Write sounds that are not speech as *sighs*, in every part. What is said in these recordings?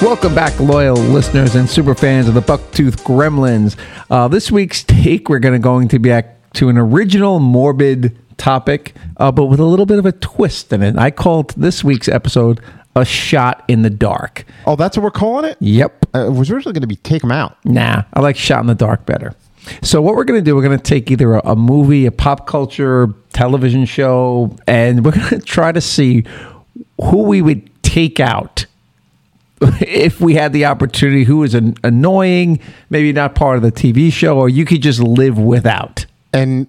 Welcome back, loyal listeners and super fans of the Bucktooth Gremlins. Uh, this week's take, we're gonna, going to be back to an original morbid topic, uh, but with a little bit of a twist in it. I called this week's episode "A Shot in the Dark." Oh, that's what we're calling it? Yep. Uh, it was originally going to be Take 'em Out. Nah, I like shot in the dark better. So what we're going to do, we're going to take either a, a movie, a pop culture television show, and we're *laughs* going to try to see who we would take out *laughs* if we had the opportunity. Who is an annoying, maybe not part of the TV show, or you could just live without. And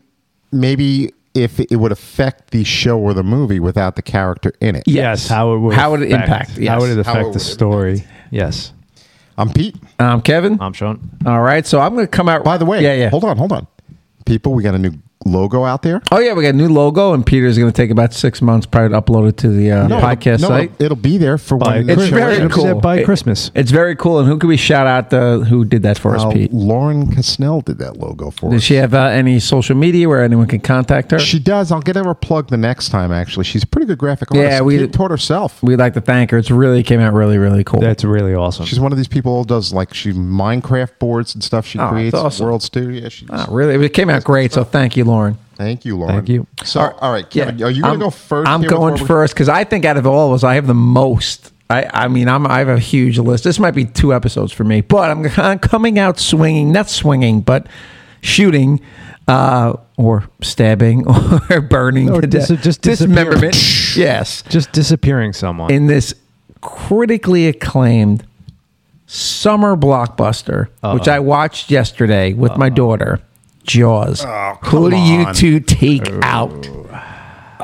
maybe if it would affect the show or the movie without the character in it. Yes. How it would How would it affect- impact? Yes. How would it How affect would it the story? Yes. I'm Pete. Um, Kevin. I'm Sean. All right, so I'm going to come out. By the way, yeah, yeah. hold on, hold on. People, we got a new logo out there. Oh yeah, we got a new logo, and Peter's going to take about six months probably to upload it to the uh, podcast no, site. It'll, it'll be there for By when It's Sure, very yeah. cool. By It- Christmas. Oh. it's very cool. And who can we shout out the who did that for us, Uh, Pete? Lauren Castell did that logo for Does us. she have uh, any social media where anyone can contact her? She does. I'll get her a plug the next time. Actually, she's a pretty good graphic Yeah, artist. we- Kid taught herself. We'd like to thank her. It's really came out really really cool. That's really awesome. She's one of these people who does like she Minecraft boards and stuff. She Oh, that's creates awesome. worlds too. Yeah, she. Ah, really, it came out great. So thank you, Lauren. Thank you, Lauren. Thank you. So, all right, Kevin, are you going I'm- to go first? I'm here going before we- first because I think out of all of us, I have the most. I, I mean, I'm, I have a huge list. This might be two episodes for me, but I'm, I'm coming out swinging, not swinging, but shooting uh, or stabbing *laughs* or burning Or to death. dis- just disappearing. dismemberment. yes. Just disappearing someone. in this critically acclaimed summer blockbuster, which I watched yesterday with my daughter, Jaws. Who do you Oh, on. two take out?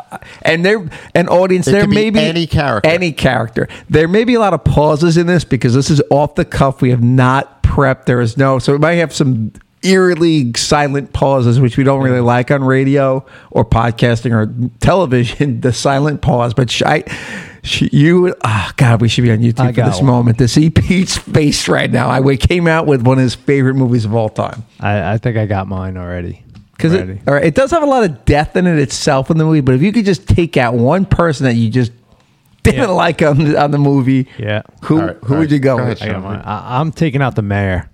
Uh, And there, an audience. there could be may be any character. Any character. There may be a lot of pauses in this because this is off the cuff. We have not prepped. There is no. So we might have some eerily silent pauses, which we don't really like on radio or podcasting or television. *laughs* The silent pause. But sh- I, sh- you, ah, God, we should be on YouTube I for got this one. moment to see Pete's face right now. I we came out with one of his favorite movies of all time. I, I think I got mine already. Because Already. *laughs* it, all right, it does have a lot of death in it itself in the movie, but if you could just take out one person that you just *laughs* didn't Yeah. like on the, on the movie, Yeah. who All right, who all would right. you go, Go with? ahead. I got mine. I, I'm taking out the mayor.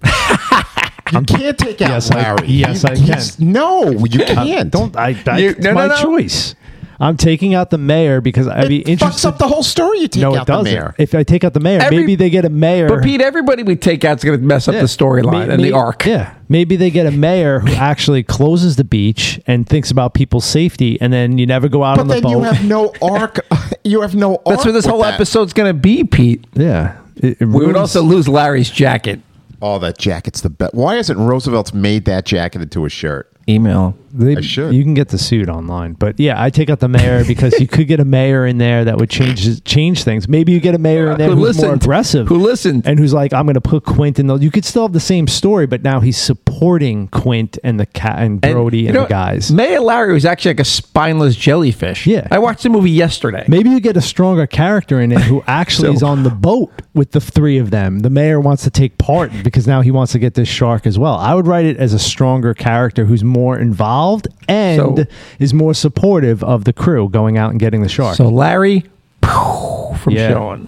You can't take out Yes, I- Larry. yes, You- I he's- No, you can't. *laughs* Don't I? I You- it's no, no, my no. choice. I'm taking out the mayor because I'd It be fucks interested. up the whole story. You take no, it out the doesn't. mayor. If I take out the mayor, Every- maybe they get a mayor. But Pete, everybody we take out is going to mess up Yeah. the storyline May- and may- the arc. Yeah. Maybe they get a mayor who actually closes the beach and thinks about people's safety, and then you never go out but on the then boat. you have no arc. *laughs* you have no. arc That's what this with whole that. episode's going to be, Pete. yeah. It- it We would ruins- also lose Larry's jacket. Oh, that jacket's the best. Why hasn't Roosevelt's made that jacket into a shirt? Email. They, I should. You can get the suit online, but yeah, I take out the mayor because you could get a mayor in there that would change change things. Maybe you get a mayor in there Who who's more listened. aggressive, Who listened. and who's like, "I'm going to put Quint in the." You could still have the same story, but now he's supporting Quint and the cat and Brody you and, know, the guys. Maya Larry was actually like a spineless jellyfish. Yeah. I watched the movie yesterday. Maybe you get a stronger character in it who actually So- is on the boat with the three of them. The mayor wants to take part because now he wants to get this shark as well. I would write it as a stronger character who's more involved and So- is more supportive of the crew going out and getting the shark. So Larry phew, from Yeah. Sean.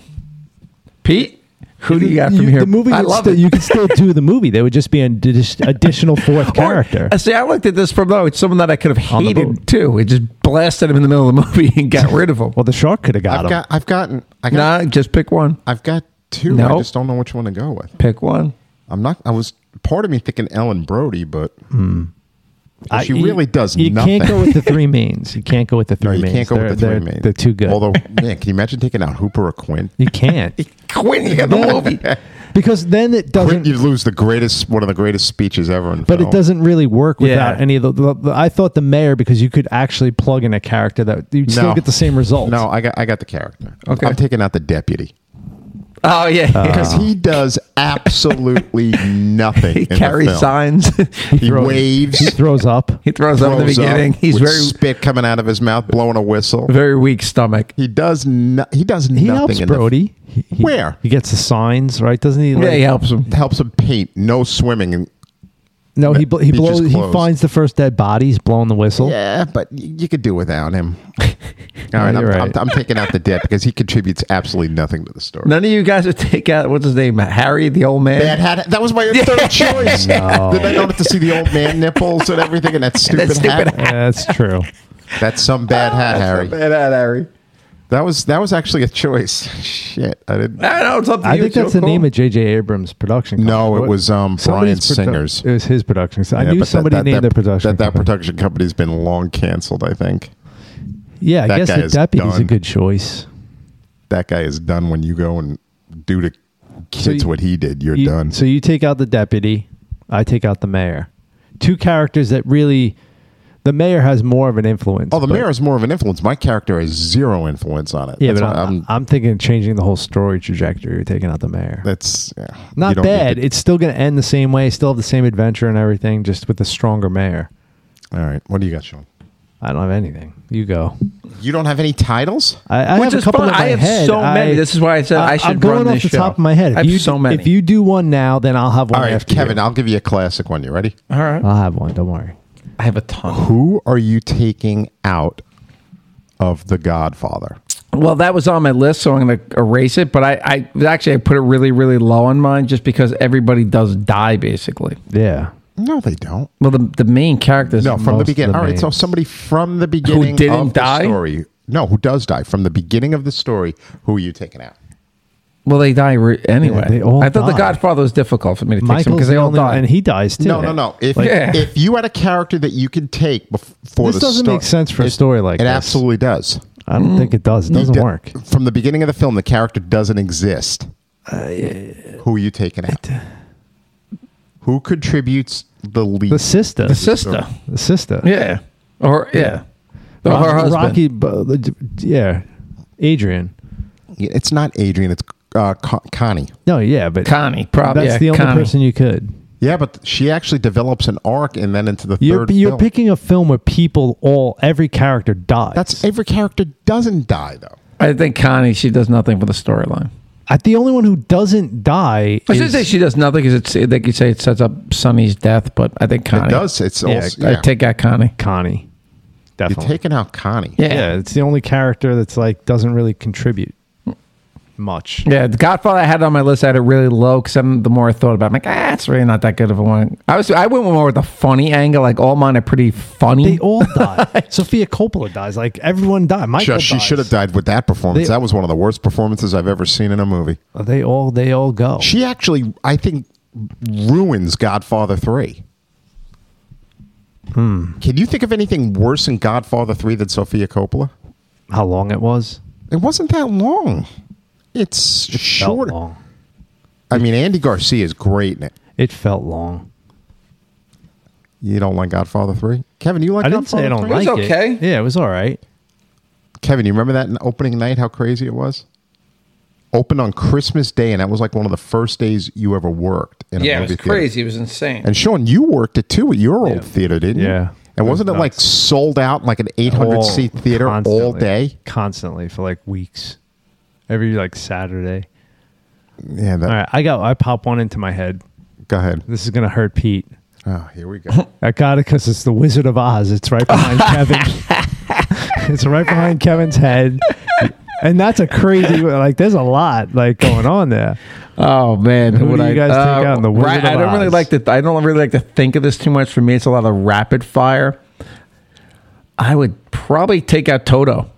Pete, who do you got from You- here? The movie I could love still, it. You could still do the movie. There would just be an addi- additional fourth Or- character. uh, see, I looked at this from though. It's someone that I could have On the hated boat. too. It just blasted him in the middle of the movie and got rid of him. Well, the shark could have got I've him. got. I've gotten. I got. nah, just pick one. I've got two. No. I just don't know which one to go with. Pick one. I'm not. I was part of me thinking Ellen Brody, but Hmm. I- she you- really does You nothing. can't go with the three mains. You can't go with the no, three you mains. can't go They're- with the three they're- main. They're too good. Although, man, can you imagine taking out Hooper or Quinn? you can't. Quinn, you got the movie. Because then it Oh, doesn't. Quinn, you lose the greatest, one of the greatest speeches ever. In but film. it doesn't really work without Yeah. any of the, the, the- I thought the mayor because you could actually plug in a character that you'd still No. get the same result. No, I got. I got the character. Okay. I'm taking out the deputy Oh yeah, Uh, because he does absolutely *laughs* nothing. he in the carries film. signs. *laughs* He waves. He *laughs* throws up. he throws up in the throws up beginning. He's with very spit coming out of his mouth, blowing a whistle. very weak stomach. He does. No, he does He nothing. helps in the- Brody. He, he- Where? he gets the signs right? Doesn't he? Yeah, like- he helps him. helps him paint. No swimming. And, No, he bl- he Beaches blows. He closed. finds the first dead body. He's blowing the whistle. *laughs* yeah, but y- you could do without him. All right, No, I'm, you're I'm, right. I'm taking out the debt because he contributes absolutely nothing to the story. None of you guys *laughs* would take out what's his name, Harry, the old man. That had that was *laughs* my third choice. Did I not have to see the old man nipples and everything *laughs* and that stupid, stupid hat? Yeah, *laughs* that's true. That's some Oh, bad hat, Harry. Bad hat, Harry. That was that was actually a choice. *laughs* Shit, I didn't. I don't know. It's up to I you. think It's your that's the call. name of J.J. Abrams' production. No, company. it What- was, um, somebody's Bryan produ- Singer's. It was his production. So Yeah, I knew but that- somebody that- named that, their production. That, that company. production company's been long canceled. I think Yeah, I that guess guy the is deputy's a done. good choice. that guy is done. When you go and do to kids you- what he did, you're You- done. So you take out the deputy, I take out the mayor. Two characters that really, the mayor has more of an influence. oh, the but- mayor is more of an influence. My character has zero influence on it. Yeah, that's but why I'm, I'm- I'm, thinking of changing the whole story trajectory. You're taking out the mayor. that's yeah, You Not don't need bad. to- It's still going to end the same way. Still have the same adventure and everything, just with a stronger mayor. all right, what do you got, Sean? I don't have anything. You go. You don't have any titles. I, I Which have is a couple fine. in my I have head. so many. This is why I said I should I'm going run off this the show. top of my head. If I have you, so many. If you do one now, then I'll have one All right, after Kevin, uh, you. I'll give you a classic one. You ready? All right. I'll have one. Don't worry. I have a ton. Who are you taking out of The Godfather? Well, that was on my list, so I'm going to erase it. But I, I actually I put it really, really low on mine just because everybody does die basically. Yeah. No, they don't. Well, the, the main characters. No, from most the of beginning. the All right, so names. somebody from the beginning didn't of the die? story. No, who does die from the beginning of the story? Who are you taking out? Well, they die re- anyway. Yeah, they all I thought The die. Godfather was difficult for me to take Michael's because the they all only die. and he dies too. No, no, no. If Like- Yeah. if you had a character that you could take bef- for This the doesn't sto- make sense for a it- story like it this. absolutely does. I don't think it does. It doesn't De- work. from Mm. the beginning of the film. The character doesn't exist. who are you taking out? who contributes the least? The sister. the sister. The sister. Yeah. Or yeah. Or Rocky, her husband. Rocky, bu- the d- yeah. Adrian. It's not Adrian. It's uh, Con- Connie. No, yeah, but Connie, probably. that's yeah, the only Connie. person you could. Yeah, but she actually develops an arc and then into the You're, third. you're film. picking a film where people all every character dies. That's every character doesn't die though. I think Connie. She does nothing for the storyline. I, the only one who doesn't die. I is, should say she does nothing because it's they could say it sets up Sonny's death, but I think Connie It does. It's Yeah, also I yeah. take out Connie. Connie. you're Definitely. taking out Connie. Yeah. yeah, yeah. it's the only character that's like doesn't really contribute much. the Godfather I had on my list. I had it really low because the more I thought about, it, I'm like, ah, it's really not that good of a one. I was, I went more with the funny angle. Like all mine are pretty funny. *laughs* They all die. Sophia Coppola dies. Like everyone died. Michael Sure, she dies. should have died with that performance. They- that was one of the worst performances I've ever seen in a movie. They all they all go. She actually, I think, ruins Godfather Three. Hmm. Can you think of anything worse in Godfather Three than Sofia Coppola? How long it was? It wasn't that long. It's Felt short. long. I mean, Andy Garcia is great in it. It felt long. You don't like Godfather Three, Kevin? You like? I didn't Godfather say I don't III? was like okay. it. Yeah, it was all right. Kevin, you remember that in opening night? How crazy it was. Opened on Christmas Day, and that was like one of the first days you ever worked. In a movie theater. It was insane. And Sean, you worked it too at your old theater, didn't you? Yeah. And wasn't it like Nuts. sold out in like an 800 seat All- theater all constantly. day? constantly for like weeks, every like Saturday. Yeah. That, All right, I got I pop one into my head. Go ahead. This is gonna hurt Pete. Oh, here *laughs* we go. I got it because it's the Wizard of Oz. It's right *laughs* behind Kevin. it's right behind Kevin's head, and that's a crazy like. There's a lot like going on there. Oh man, uh, Who do you guys take out in the Wizard right- of I don't really Oz? like to. I don't really like to think of this too much. For me, it's a lot of rapid fire. I would probably take out Toto.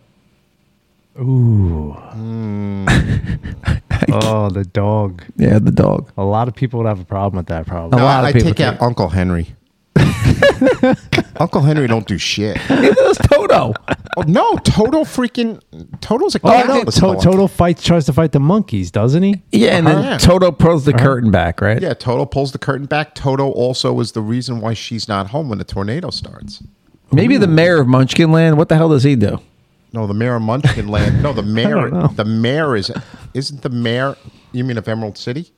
Oh, the dog. Yeah, the dog. *laughs* A lot of people would have a problem with that problem. No. A lot of I people take out think- Uncle *laughs* Henry. Uncle Henry don't do shit. It was Toto. Oh, no, Toto freaking Toto's a Oh, no, catalyst to- collector. Toto fights tries to fight the monkeys, doesn't he? Yeah, and then Uh-huh. Toto pulls the curtain back, right? Yeah, Toto pulls the curtain back. Toto also was the reason why she's not home when the tornado starts. Maybe the mayor of Munchkinland. What the hell does he do? No, the mayor of Munchkinland. *laughs* No, the mayor. don't know. the mayor is isn't the mayor. You mean of Emerald City?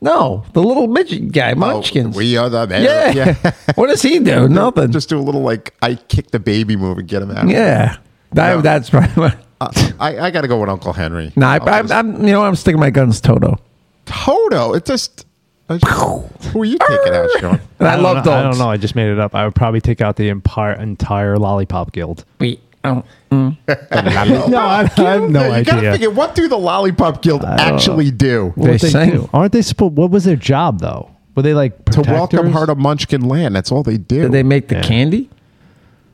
No, the little midget guy, Munchkins. Oh, we are the mayor. yeah. *laughs* what does he do? Nothing. *laughs* Just do a little like I kick the baby move and get him out. yeah. That, No. That's *laughs* probably. Uh, I, I got to go with Uncle Henry. No, I, I'll I'm, just- I'm, you know, what? I'm sticking my guns Toto. Toto. It just. I just- who are you *laughs* taking out, Sean? And I, don't love know, dogs. I don't know. I just made it up. I would probably take out the entire entire lollipop guild. We Oh, *laughs* No, I, I have no You gotta idea. figure what do the Lollipop Guild actually do They What sang. do? Aren't they? Suppo- what was their job though? Were they like to welcome protectors? her to Munchkin Land? That's all they do. did they make the candy?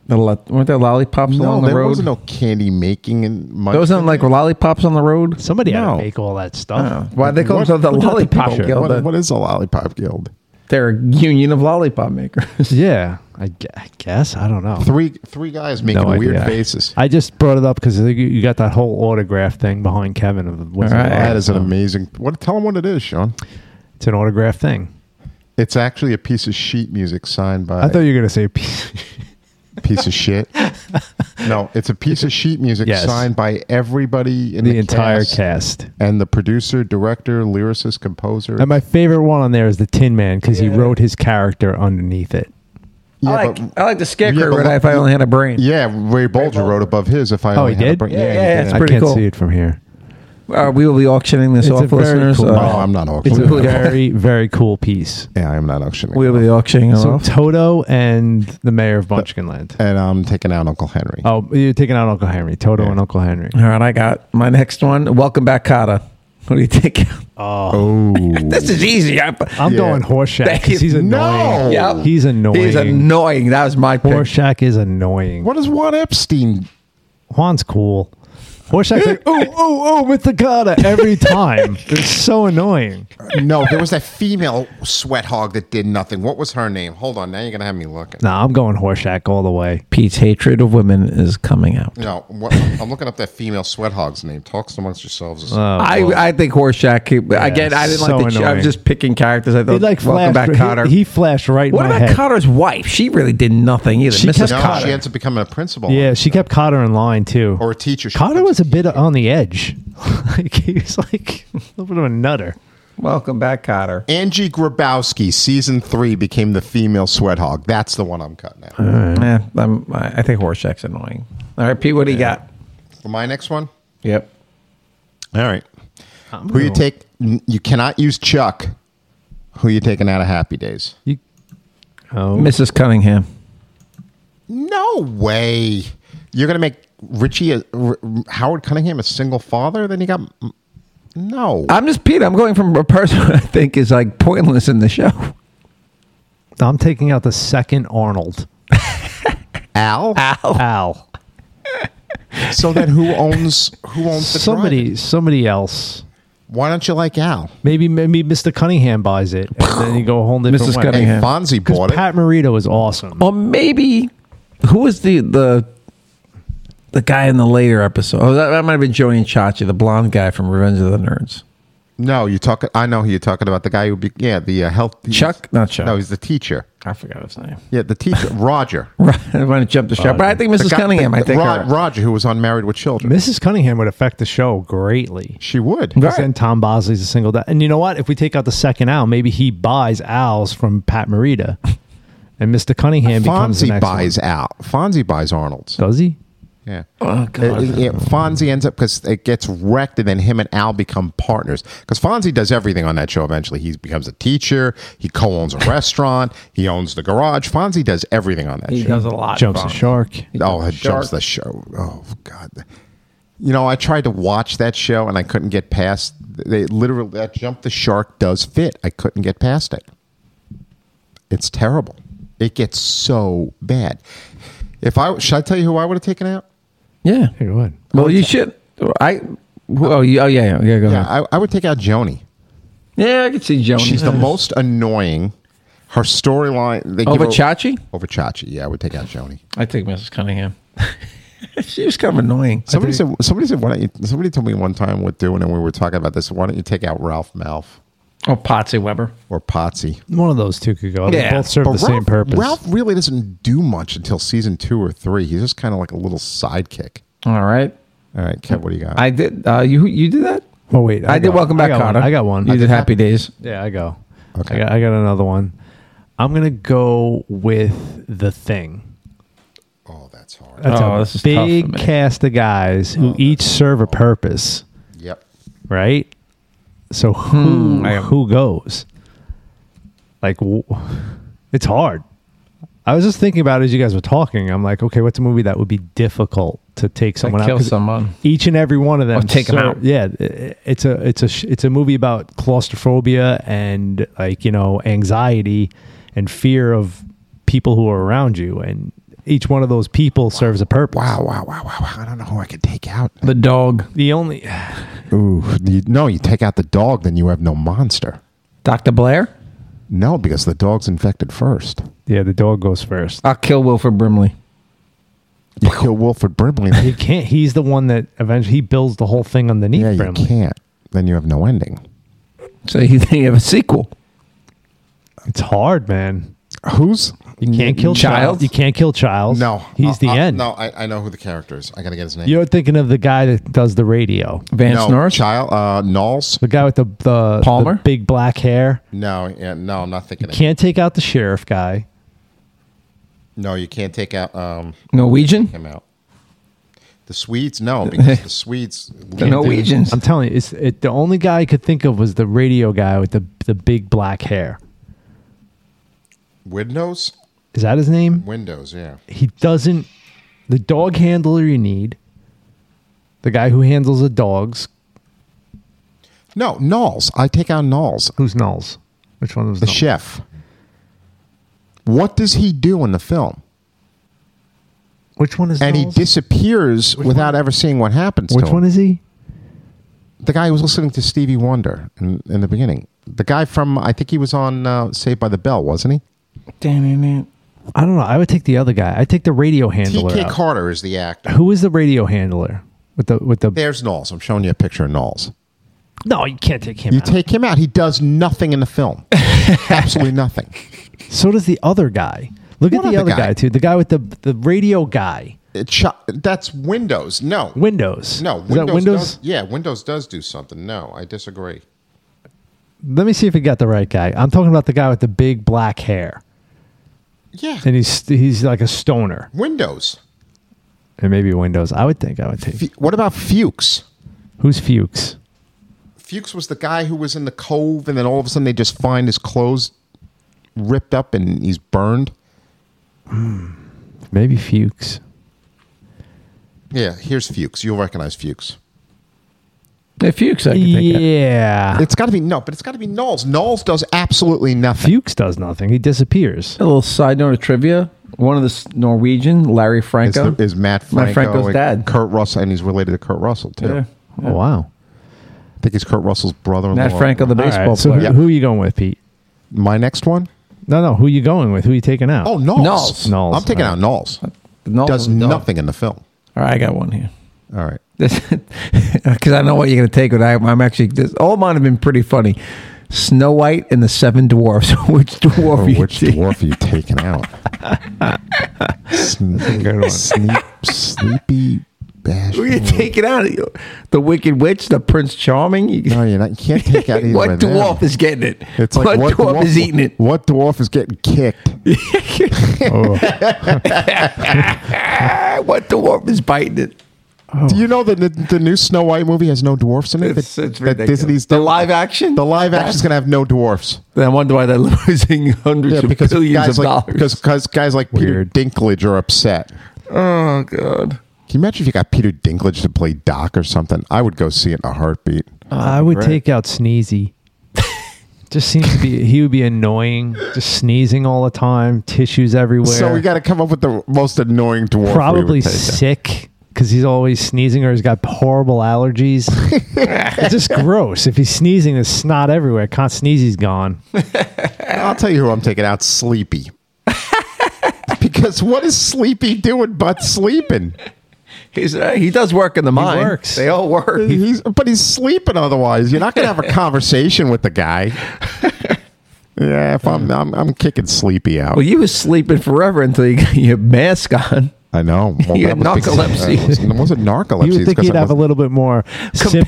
The lo- weren't there lollipops no, along the there road? wasn't no candy making in Munchkin. Those aren't like lollipops on the road. Somebody had No. to make all that stuff. Why they call What- themselves the look at the Lollipop picture. Guild? What, what is a Lollipop Guild? They're a union of lollipop makers. Yeah, I, gue- I guess I don't know. Three three guys making No weird idea. faces. I just brought it up because you got that whole autograph thing behind Kevin. Of the, what's it All right. called? that is an amazing. What? Tell them what it is, Sean. It's an autograph thing. It's actually a piece of sheet music signed by I thought you were gonna say. *laughs* piece- a piece of *laughs* shit. No, it's a piece of sheet music Yes. signed by everybody in the, the, entire cast. cast. and the producer, director, lyricist, composer. And my favorite one on there is the Tin Man because he wrote his character underneath it. yeah, I like but- I like the scarecrow, but but look- if I only had a brain. yeah, Ray Bolger wrote above his. If I only Oh, he had a did? brain- Yeah, he yeah, did. it's I pretty can't cool. see it from here. Uh, we will be auctioning this It's a off, very listeners. cool Uh, No, I'm not It's a auctioning. cool it. guy. Very, very cool piece. Yeah, I'm not auctioning. we it. will be auctioning it So off. Toto and the mayor of Bunchkinland. and I'm taking out Uncle Henry. Oh, you're taking out Uncle Henry. Toto Yeah. and *laughs* Uncle Henry. All right, I got my next one. Welcome back, Kata. What do you think? *laughs* Oh, this is easy. I, I'm Yeah. going Horseshack because he's annoying. No! Yep. He's annoying. he's annoying. That was my pick. Horseshack is annoying. what is Juan Epstein? Juan's cool. Horseshack's like, oh, oh, oh, with the Gata every *laughs* time. it's so annoying. No, there was that female sweat hog that did nothing. What was her name? Hold on, now you're gonna have me looking. Nah, I'm going Horseshack all the way. Pete's hatred of women is coming out. No, what, I'm looking up that female sweat hog's name. Talks amongst yourselves. Oh, I, well. I think Horseshack. he- Again, I didn't so like the. I was annoying. just picking characters. I He thought like welcome flashed. back, he- Cotter. He, flashed right in what my about head. Cotter's wife? She really did nothing either. She Mrs. kept- no, Cotter. she ends up becoming a principal. Yeah, she kept Cotter in line too. or a teacher. She Cotter becomes was a bit on the edge. *laughs* like he was like *laughs* a little bit of a nutter. welcome back, Cotter. Angie Grabowski, season three, became the female sweat hog. That's the one I'm cutting out. Eh, I'm, I I think Horseshack's annoying. All right, Pete, what do you got? For my next one, Yep. all right. Who you take? n- You cannot use Chuck. Who you taking out of Happy Days? You, oh, Mrs. Cunningham. No way. You're gonna make Richie a, R- Howard Cunningham a single father? Then you got no. Uh, I'm just Pete. I'm going from a person I think is like pointless in the show. I'm taking out the second Arnold. Al. uh, Oh. Al, So then who owns who owns the *laughs* somebody, drive? somebody else. Why don't you like Al? Maybe maybe Mr. Cunningham buys it, and then you go home. Mrs. Hey, Cunningham. Yeah. Fonzie because bought it. Pat Morita was awesome. Or maybe who was the the the guy in the later episode? Oh, that, that might have been Joey and Chachi, the blonde guy from Revenge of the Nerds. No, you talk. I know who you're talking about. The guy who, be, yeah, the uh, health Chuck? Not Chuck. No, he's the teacher. I forgot his name. Yeah, the teacher, Roger. *laughs* Right, I want to jump the shark, but I think The Mrs. guy- Cunningham. the- I think uh, Rod- her. Roger, who was on Married with Children. Mrs. Cunningham would affect the show greatly. She would. Right. Because then Tom Bosley's a single dad. And you know what? If we take out the second Al, maybe he buys Al's from Pat Morita, and Mr. Cunningham becomes the Fonzie next buys Al. Fonzie buys Arnold's. One. Does he? Yeah. Oh, God. It- it- yeah, Fonzie ends up because it gets wrecked, and then him and Al become partners. Because Fonzie does everything on that show. Eventually, he becomes a teacher. He co-owns a restaurant. He owns the garage. Fonzie does everything on that he show. does a lot. Jumps the Vaughn. shark. Oh, it Jumps the jumps the show. Oh God. You know, I tried to watch that show and I couldn't get past. They literally that jump the shark does fit. I couldn't get past it. It's terrible. It gets so bad. If I should I tell you who I would have taken out? Yeah. Hey, go ahead. Well, you should. I. Oh, you, oh yeah, yeah, yeah. Go Yeah, ahead. I, I would take out Joni. Yeah, I can see Joan. She's the most annoying. Her storyline they give over her- Oh, Chachi. Over Chachi, yeah, I would take out Joni. I think Mrs. Cunningham. *laughs* she was kind of annoying. Somebody said. Somebody said. Why don't you? Somebody told me one time what doing, and we were talking about this. Why don't you take out Ralph Malph Oh, Patsy Weber. or Potsy? One of those two could go. They Yeah. both serve the But same purpose. Ralph really doesn't do much until season two or three. He's just kind of like a little sidekick. All right. All right, Kev, what do you got? I did. Uh, you you did that? Oh wait, I, did. got- Welcome I back, got one. Connor. I got one. You I did Happy Days. Yeah, I go. Okay. I got, I got another one. I'm gonna go with the thing. oh, that's hard. That's Oh, a this is tough for big me. Oh, cast of guys who each serve a purpose, yep. right? So who Hmm, I am- who goes? Like, w- it's hard. I was just thinking about it as you guys were talking. I'm like, okay, what's a movie that would be difficult to take someone out. kill 'cause someone. Each and every one of them. Or take 'em out. Yeah, i- it's a it's a sh- it's a movie about claustrophobia and like you know anxiety and fear of people who are around you, and each one of those people serves a purpose. Wow, wow, wow, wow, wow. I don't know who I could take out. The dog, The only Ooh, you, no, you take out the dog, then you have no monster. Doctor Blair. No, because the dog's infected first. yeah, the dog goes first. I'll kill Wilford Brimley. You kill Wilford Brimley. *laughs* He can't. He's the one that eventually he builds the whole thing underneath yeah, you Brimley. can't. Then you have no ending. So you think you have a sequel? It's hard, man. Who's You can't kill Child? Child. You can't kill Child. No, he's the Uh, uh, end. No, I, I know who the character is. I gotta get his name. You're thinking of the guy that does the radio. Vance no, Norris. Child, uh, Knowles. The guy with the the, Palmer? the big black hair. No, yeah, no, I'm not thinking. Of Can't take out the sheriff guy. No, you can't take out um, Norwegian. him out. The Swedes, no, because the *laughs* Swedes. The Norwegians. I'm telling you, it's it, the only guy I could think of was the radio guy with the the big black hair. Windows, Is that his name? Windows, yeah. He doesn't. The dog handler you need. The guy who handles the dogs. No, Knowles. I take out Knowles, Who's Nulls? Which one was the Knowles? chef. What does he do in the film? Which one is And he Knowles? disappears without ever seeing what happens Which to him. one is he? the guy who was listening to Stevie Wonder in, in the beginning. The guy from I think he was on uh, Saved by the Bell, wasn't he? Damn it. I don't know. I would take the other guy. I take the radio handler. T.K. out. Carter is the actor. Who is the radio handler with the with the? There's Knowles. I'm showing you a picture of Knowles. No, you can't take him. You out. take him out. He does nothing in the *laughs* film. Absolutely nothing. So does the other guy. Look What at the other other guy? guy? too. The guy with the the radio guy. It cho- that's Windows. No. Windows. no. Is that Windows? Does, yeah, Windows does do something. No, I disagree. Let me see if we got the right guy. I'm talking about the guy with the big black hair, Yeah. and he's he's like a stoner, Windows. and maybe Windows. I would think I would take. F- what about Fuchs? Who's Fuchs? Fuchs was the guy who was in the cove, and then all of a sudden they just find his clothes ripped up and he's burned. Maybe Fuchs. Yeah, here's Fuchs. You'll recognize Fuchs. If you I can think of. Yeah. It's got to be no, but it's got to be Knowles. Knowles does absolutely nothing. Fuchs does nothing. He disappears. A little side note of trivia. One of the s- Norwegian, Larry Is, Franco, is Matt Franco Matt Franco's and dad. Kurt Russell, and he's related to Kurt Russell too. Yeah. Oh wow. I think he's Kurt Russell's brother-in-law. Matt Franco, the All baseball right, so player. who, who are you going with, Pete? My next one. No, no. Who are you going with? Who are you taking out? Oh, Knowles. Oh, Knowles. Knowles, I'm taking all out Knowles. No, Does no. nothing in the film. All right, I got one here. *laughs* All right. Because I know what you're going to take, but I, I'm actually this, all mine have been pretty funny. Snow White and the Seven Dwarfs. *laughs* which dwarf? Oh, you which take? *laughs* dwarf are you taking out? Sne- Sneep, sleepy bash. Who you taking out? The Wicked Witch, the Prince Charming. You- *laughs* No, you're not. You can't take out either what of them. dwarf is getting it? It's like what, dwarf, is eating it? What dwarf is getting *laughs* kicked? Ah, what dwarf is biting it? Do you know that the, the new Snow White movie has no dwarfs in it? It's, *laughs* that, it's that ridiculous. Disney's the live action. the live action's going to have no dwarfs. Then I wonder why they're losing hundreds *laughs* of billions guys of like dollars. because because guys like Weird. Peter Dinklage are upset. oh god. Can you imagine if you got Peter Dinklage to play Doc or something? I would go see it in a heartbeat. I would take out *laughs* Sneezy. Just seems to be he would be annoying, just sneezing all the time, tissues everywhere. So we got to come up with the most annoying dwarf. we would probably take. sick because he's always sneezing or he's got horrible allergies. it's just gross. If he's sneezing, there's snot everywhere. Can't sneeze, he's gone. I'll tell you who I'm taking out. Sleepy. because what is Sleepy doing but sleeping? He's, uh, he does work in the mine. works. They all work. He's, but he's sleeping otherwise. You're not going to have a conversation with the guy. *laughs* Yeah, if I'm, I'm I'm kicking sleepy *laughs* out. Well, you was sleeping forever until you got your mask on. I know. Well, You that had was because- narcolepsy. uh, it was- It wasn't narcolepsy. You would it's think 'cause he'd I have a wasn't- little bit more *laughs* sympathy.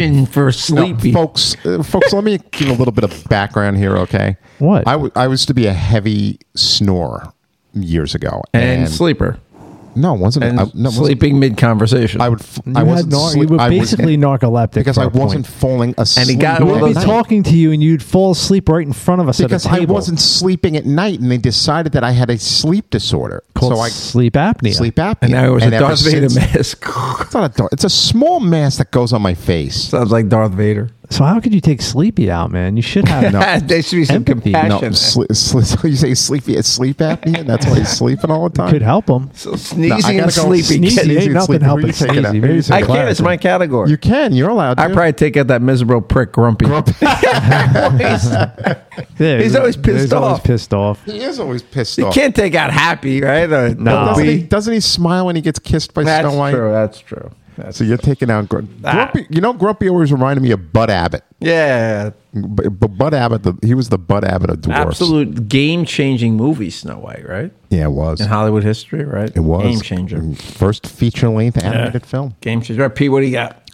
Compassion for No, sleepy. folks, uh, folks, let me give a little bit of background here, okay? What? I wa- I was to be a heavy snorer years ago. and sleeper. No, it wasn't. and I, no, it wasn't sleeping mid conversation. I would. F- You, I wasn't. had nar- sleep- you were I was- *laughs* basically narcoleptic because for I a wasn't Point. falling asleep. got at all I would Night. be night. talking to you, and you'd fall asleep right in front of us because at a I table. wasn't sleeping at night, and they decided that I had a sleep disorder. called so I sleep apnea. sleep apnea. and now it was a ever Darth Vader since- mask. *laughs* *laughs* It's not a dark. It's a small mass that goes on my face. Sounds like Darth Vader. So how could you take sleepy out, man? You should *laughs* *laughs* have there should be some Empathy. No, compassion. sli- sli- *laughs* so you say sleepy, it's sleep apnea. That's why he's sleeping all the time. could help him. So No, I sneezing and gotta go sleeping. sneezy. Sneezing Ain't and nothing sleeping. Who helping you taking sneezing. out? Maybe Who you it's a I taking out? can't. It's my category. You can. You're allowed. I to. probably take out that miserable prick, Grumpy. Yeah, He's always pissed he's Always off. pissed off. He is always pissed you off. can't take out Happy, right? Or No. Doesn't he, Grumpy. doesn't he smile when he gets kissed by That's Snow White? true. Ah. That's true. That's So you're taking out Gr- Grumpy. You know, Grumpy always reminded me of Bud Abbott. yeah. But, but Bud Abbott, the, he was the Bud Abbott of dwarfs. Absolute game changing movie, Snow White, right? Yeah, it was. In Hollywood history, right? It was Uh-huh. Game changer. First feature length animated film. Game changer. All right, Pete, what do you got?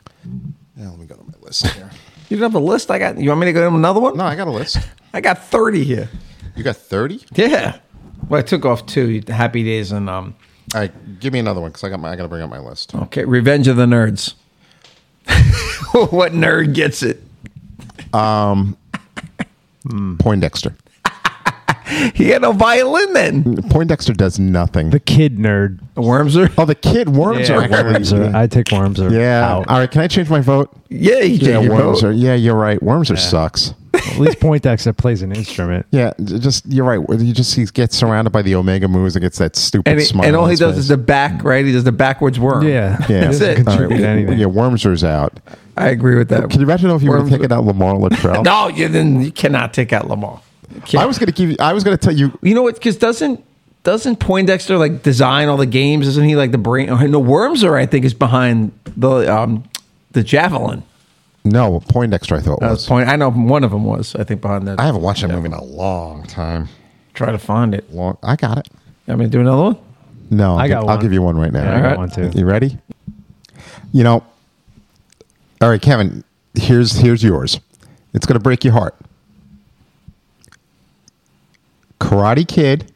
Yeah, let me go to my list here. You don't have a list? I got. You want me to go to another one? *laughs* no, I got a list. I got 30 here. You got thirty. Yeah. Well, I took off two Happy Days and, um, All right, give me another one because I got my. I got to bring up my list. okay, Revenge of the Nerds. *laughs* what nerd gets it? Poindexter. He had no violin then. Poindexter does nothing. The kid nerd. Worms are. oh, the kid worms Yeah, *laughs* are actually- worms Wormser. I take Wormser. Yeah. out. All right. Can I change my vote? Yeah, he Yeah, yeah, worms are. Yeah, you're right. Worms are sucks. At least Poindexter plays an instrument. Yeah, j- just you're right. You just he gets surrounded by the Omega moves and gets that stupid and, he- smile. and all on he his does face. is the back, right? He does the backwards worm. *laughs* Yeah. yeah. That's it. Doesn't All right, Contribute anything. Yeah, Wormser's out. I agree with that. Can you imagine if you were Worms- taking out Lamar *laughs* Latrell? No, you then you cannot take out Lamar. You can't. I was gonna give. You, I was gonna tell you. you know what? Because doesn't doesn't Poindexter like design all the games? Isn't he like the brain? or No, Worms are I think is behind the um the javelin. No, Poindexter. I thought That was was. point. I know one of them was I think behind that. I haven't watched that movie in a long time. try to find it. Long. I got it. I'm gonna do another one. No, I I'll got give- one. I'll give you one right now. Yeah, I All right. got one too. You ready? You know. All right, Kevin. Here's here's yours. It's gonna break your heart. Karate Kid,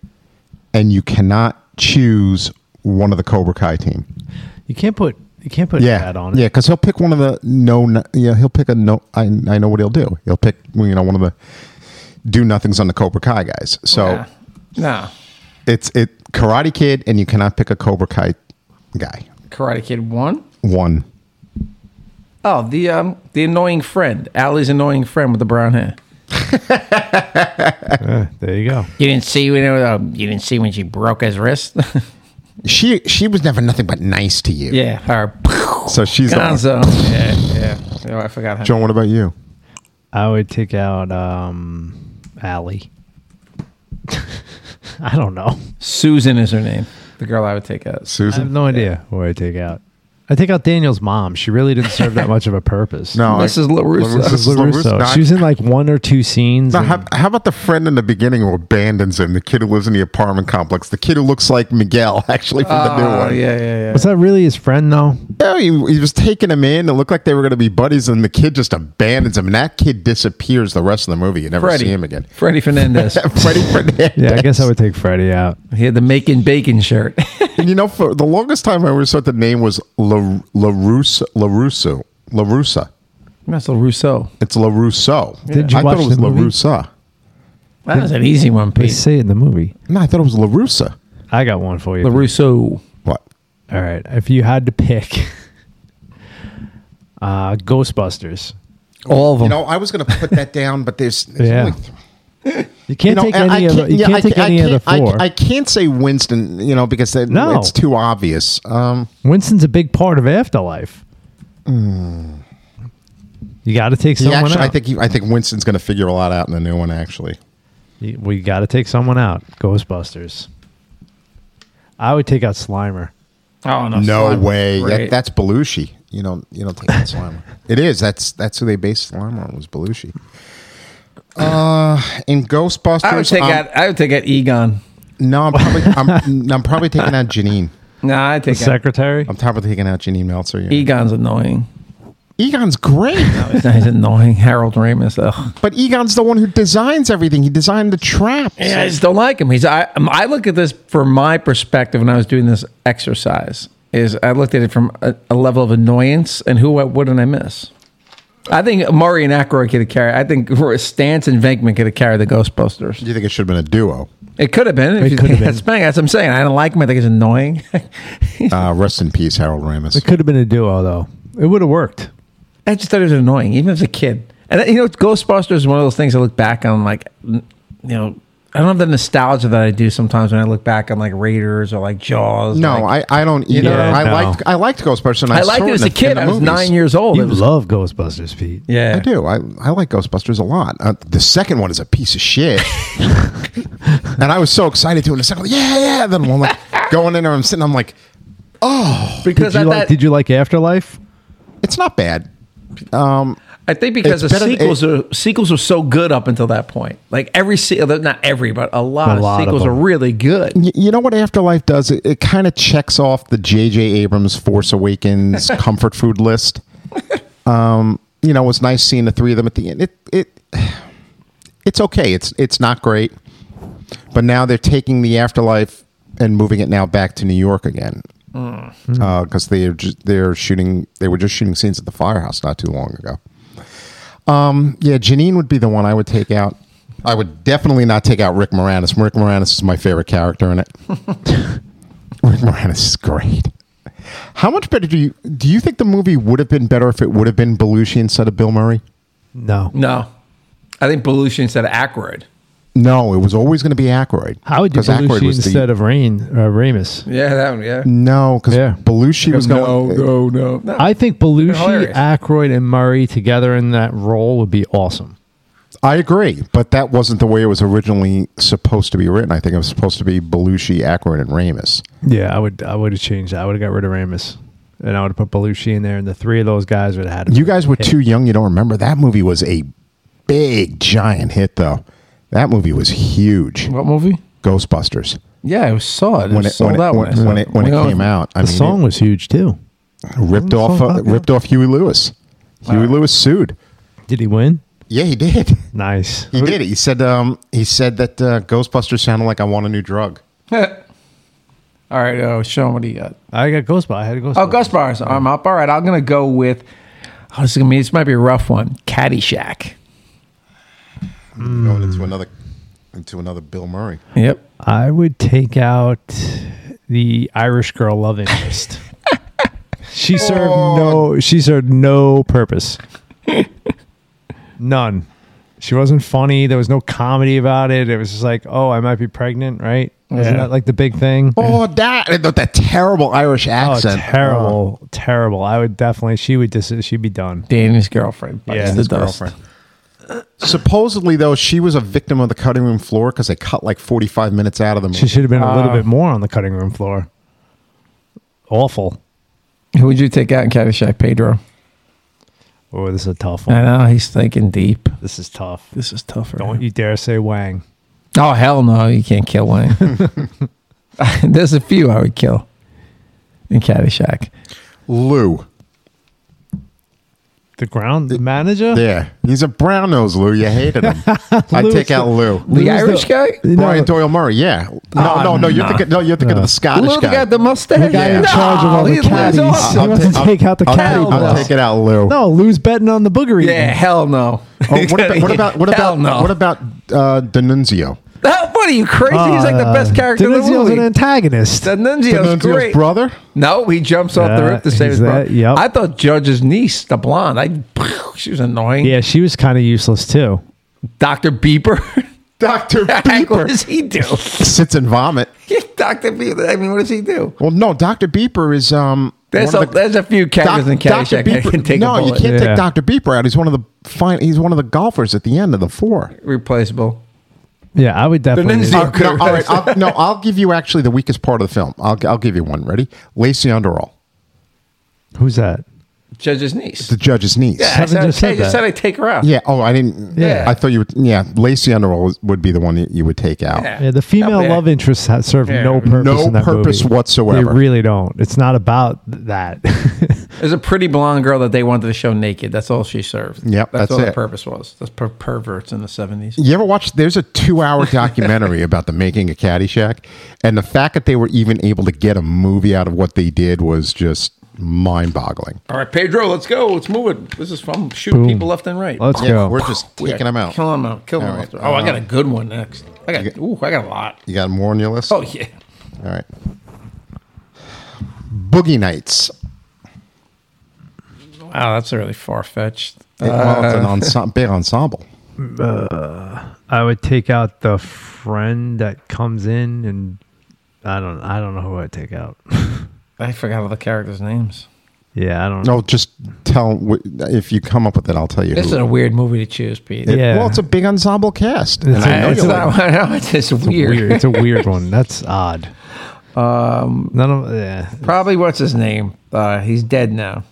and you cannot choose one of the Cobra Kai team. You can't put you can't put Yeah, that on it. yeah, because he'll pick one of the no. no- Yeah, he'll pick a no. I I know what he'll do. He'll pick you know one of the do nothings on the Cobra Kai guys. So Nah. Nah. it's it Karate Kid, and you cannot pick a Cobra Kai guy. Karate Kid one. One. Oh, the um the annoying friend, Allie's annoying friend with the brown hair. There you go. You didn't see when it was, um, you didn't see when she broke his wrist. She she was never nothing but nice to you. *laughs* yeah, *laughs* her. So she's the one. Gonzo. Yeah, yeah. Oh, I forgot. Her. John, what about you? I would take out um Allie. *laughs* I don't know. Susan is her name. The girl I would take out. I have Susan? no idea who I take out. I take out Daniel's mom. She really didn't serve that much of a *laughs* purpose. No, I- Mrs. LaRusso. Mrs. LaRusso. LaRusso. No, I- She was in like one or two scenes. no, and- how, how about the friend in the beginning who abandons him? The kid who lives in the apartment complex. The kid who looks like Miguel, *laughs* actually from the new Oh, one. yeah, yeah, yeah. was that really his friend though? No, he, he was taking him in. It looked like they were going to be buddies, and the kid just abandons him. And that kid disappears the rest of the movie. You never Freddie. see him again. *laughs* Freddie *laughs* Fernandez. Freddie Fernandez. Yeah, I guess I would take Freddie out. he had the making bacon shirt. *laughs* And you know, for the longest time, I always thought the name was La, LaRusso. LaRusso. LaRussa. That's Rousseau. It's LaRusso. Did you I watch thought it was the movie? LaRussa. That was an easy one, They Pete. say it in the movie. No, I thought it was LaRussa. I got one for you. LaRusso. What? All right. If you had to pick *laughs* uh Ghostbusters. All of them. You know, I was going to put that down, but there's, there's Yeah. only- You can't you know, take and any I of can't- you yeah, can't I take can't- any I of the can't- four. I, can't say Winston, you know, because then No. it's too obvious. Um, Winston's a big part of Afterlife. You got to take he someone Hmm. actually- out. I think he, I think Winston's going to figure a lot out in the new one. Actually, You- we got to take someone out. Ghostbusters. I would take out Slimer. oh, no. no Slimer. way. That- Great. that's Belushi. You don't you don't take that *laughs* Slimer. It is. That's that's who they based Slimer on was Belushi. Uh, in Ghostbusters, I would take um, out. I would take out Egon. No, I'm probably I'm, *laughs* I'm probably taking out Janine. Nah, I take out Secretary. Um, I'm probably taking out Janine Meltzer. yeah. E- Egon's annoying. *laughs* Egon's great, He's annoying. Harold Ramis. Ugh. but Egon's the one who designs everything. He designed the traps. Yeah, I just don't like him. He's. I. um, I look at this from my perspective when I was doing this exercise. Is I looked at it from a, a level of annoyance and who I- wouldn't I miss? I think Murray and Ackroyd could have carried. I think Stance and Venkman could have carried the Ghostbusters. Do you think it should have been *laughs* a duo? It could have been. If It you could *laughs* have think That's, bang, that's what I'm saying. I don't like him. I think he's annoying. *laughs* Uh, rest in peace, Harold Ramis. Could have been a duo though. It would have worked. I just thought it was annoying, even as a kid. And you know, Ghostbusters is one of those things I look back on, like, n- you know, I don't have the nostalgia that I do sometimes when I look back on like Raiders or like Jaws. No, like, I, I don't either. know, I no. liked I liked Ghostbusters. And I, I liked saw it as in a the- kid. in the I was movies. nine years Oh, old. You It was- love Ghostbusters, Pete. yeah, I do. I, I like Ghostbusters a lot. Uh, the second one is a piece *laughs* of shit. and I was so excited doing the second one. Yeah, yeah. Then I'm like going in there, I'm sitting, I'm like, because Did you, I, like, thought- did you like Afterlife? it's not bad. I think because the It's better- sequels are sequels were so good up until that point. Like every se- not every, but a lot, A lot of of sequels them. are really good. Y- You know what Afterlife does? It, it kind of checks off the J.J. Abrams Force Awakens comfort food list. Um, you know, it was nice seeing the three of them at the end. It it it's okay. It's it's not great, but now they're taking the Afterlife and moving it now back to New York again Uh, because they're just, they're shooting. They were just shooting scenes at the firehouse not too long ago. Um, yeah, Janine would be the one I would take out. I would definitely not take out Rick Moranis. Rick Moranis is my favorite character in it. *laughs* Rick Moranis is great. How much better do you do you think the movie would have been better if it would have been Belushi instead of Bill Murray? No. No, I think Belushi instead of Ackroyd. No, it was always going to be Aykroyd. How would you Because Aykroyd Belushi was the- instead of Rain uh, Ramus? Yeah, that one. Yeah. no, because Yeah. Belushi was going. no, no, no. I think Belushi, hilarious. Aykroyd, and Murray together in that role would be awesome. I agree, but that wasn't the way it was originally supposed to be written. I think it was supposed to be Belushi, Aykroyd, and Ramis. Yeah, I would. I would have changed. that. I would have got rid of Ramus, and I would have put Belushi in there, and the three of those guys would have had. a You guys were hit. too young. You don't remember that movie was a big giant hit, though. That movie was huge. what movie? Ghostbusters. Yeah, I saw it. When I it saw when it, that when, one. I when, saw it when it Well, came out, I The mean, song was huge too. it ripped the off song uh, out, yeah. ripped off Huey Lewis. Huey Lewis sued. Did he win? Yeah, he did. *laughs* Nice. He did. He said um, he said that uh, Ghostbusters sounded like I want a new drug. *laughs* All right, oh, Sean, what do you got? I got Ghostbusters. I had a Ghostbusters. Oh, Gus Bars, I'm up. All right, I'm gonna go with. Oh, this is gonna be. This might be a rough one. Caddyshack. Hmm. Going into another into another Bill Murray. Yep. I would take out the Irish girl love interest. she served no. She served no purpose. None. She wasn't funny. There was no comedy about it. It was just like, oh, I might be pregnant, right? Isn't Yeah. that like the big thing? Oh, that that terrible Irish Oh, accent. terrible, terrible. I would definitely. She would. Dis- she'd be done. Danny's girlfriend. Yeah, Yeah, the his dust. Supposedly, though, she was a victim of the cutting room floor because they cut like forty-five minutes out of the movie. She should have been a little bit more on the cutting room floor. Awful. Who would you take out in Caddyshack, Pedro? Oh, this is a tough I one. know he's thinking deep. This is tough. This is tougher. Don't you dare say Wang. Oh hell no! You can't kill Wayne. *laughs* There's a few I would kill in Caddyshack. Lou. The ground the manager? Yeah. He's a brown nose, Lou. You hated *laughs* him. I Lou's take the- out Lou. The Who's Irish the- guy. No. Brian Doyle Murray, yeah. No, Oh, no, no. You're nah. thinking, no, you're thinking of the Scottish Look guy. at the mustache. The guy in charge of all the he looks caddies. awesome. He wants to I'll- take out the I'll cattle take- I'll bus. take it out, Lou. No, Lou's betting on the booger eating. Yeah, hell *laughs* no. Oh, what about what about what Hell about no. what about uh, D'Annunzio? That- what are you crazy? He's like the best Uh, character in the D'Annunzio's movie. an antagonist. D'Annunzio's D'Annunzio's great. brother? No, he jumps off the Yeah, roof to save he's his brother. that- yep. I thought Judge's niece, the blonde, I she was annoying. yeah, she was kind of useless too. Doctor *laughs* Beeper. Dr. what Beeper does he do? *laughs* sits and vomit. Doctor Beeper. I mean, what does he do? Well, no, Dr. Beeper is um There's one a, of the- there's a few characters Doc- in Caddyshack that can take no, a you bullet. can't Yeah. take Dr. Beeper out. He's one of the fine he's one of the golfers at the end of the four. Replaceable. Yeah, I would definitely. D'Annunzio- Uh, *laughs* no, Okay. all right, I'll, no, I'll give you actually the weakest part of the film. I'll, I'll give you one. Ready? Lacey Underall, Who's that? Judge's niece. the judge's niece. yeah, I Haven't said, just I said just that. said I take her out. Yeah, Oh, I didn't. Yeah. Yeah. I thought you would. Yeah. Lacey Underall was- would be the one that you would take out. Yeah. Yeah, the female Yeah. love interests ha- serve Yeah. no purpose. No in that purpose movie. whatsoever. They really don't. It's not about th- that. *laughs* There's a pretty blonde girl that they wanted to show naked. That's all she served. Yep, that's, that's all the it. purpose was. That's per- perverts in the seventies. You ever watch? There's *laughs* a two-hour documentary about the making of Caddyshack, and the fact that they were even able to get a movie out of what they did was just mind-boggling. All right, Pedro, let's go. Let's move it. This is fun. Shooting Boom. people left and right. Let's Yeah, go. we're just We taking got- them out. Kill them out. Kill them All out. right. Oh, I got a good one next. I got. got- Ooh, I got a lot. You got more on your list? Oh yeah. All right. Boogie Nights. Wow, that's really far fetched. It- well, it's an ensemble, big ensemble. I would take out the friend that comes in and I don't I don't know who I'd take out. I forgot all the characters' names. yeah, I don't know. No, just tell if you come up with it, I'll tell you. This is who. a weird movie to choose, Pete. It- Yeah. Well, it's a big ensemble cast. And It's I a- know it's, you not, *laughs* like I know, it's just weird. Weird. *laughs* It's a weird one. That's odd. Um none of yeah. Probably what's his name? Uh, he's dead now.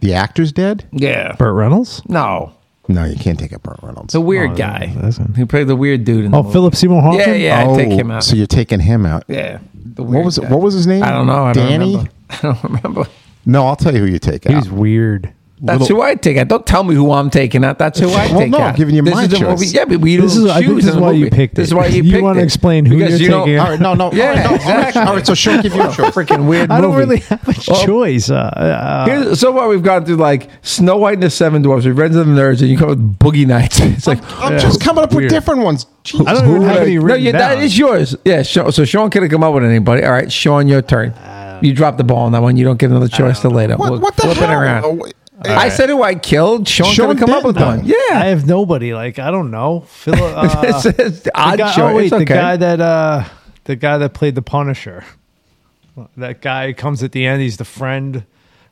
the actor's dead. Yeah. Burt Reynolds? No, No, you can't take it, Burt Reynolds. the weird Oh, guy that's it. who played the weird dude. In Oh, the movie. Philip Seymour Hoffman? Yeah, yeah. I take him out. Oh, So you're taking him out. yeah. The What weird was it? guy. What was his name? I don't know. I don't Danny. remember. *laughs* I don't remember. No, I'll tell you who you take He out. was Oh, weird. That's Little- who I take out. Don't tell me who I'm taking out. That's who *laughs* I Well, take no, out. I'm giving you this my is the choice. Movie. Yeah, but we don't This is- I think choose this in is the why you movie. picked This it. is why you You picked wanna it. explain who Because you're you uh, don't- taking out. All right. No, no. Yeah, all right, no, exactly. All right. So she'll give you a choice. Freaking weird I don't movie. really have a Well, choice. Uh, *laughs* uh, Here's, so far we've gone through like Snow White and the Seven Dwarfs, we've read the Nerds, and you come up with Boogie Nights. *laughs* It's like I'm just coming up Weird. with different ones. Jeez. I don't even have any no, written yeah, that down. is yours. Yeah, Sean, so Sean could have come up with anybody. All right, Sean, your turn. Um, You dropped the ball on that one. You don't get another choice till later. What, We'll what the flip it hell? around. Oh, wait. I said who I killed. Sean, Sean could have come up did, with though. one. Yeah, *laughs* I have nobody. Like I don't know. *laughs* Phil, uh, This is the odd guy, choice. Oh wait, Okay. the guy that uh, the guy that played the Punisher. That guy comes at the end. He's the friend.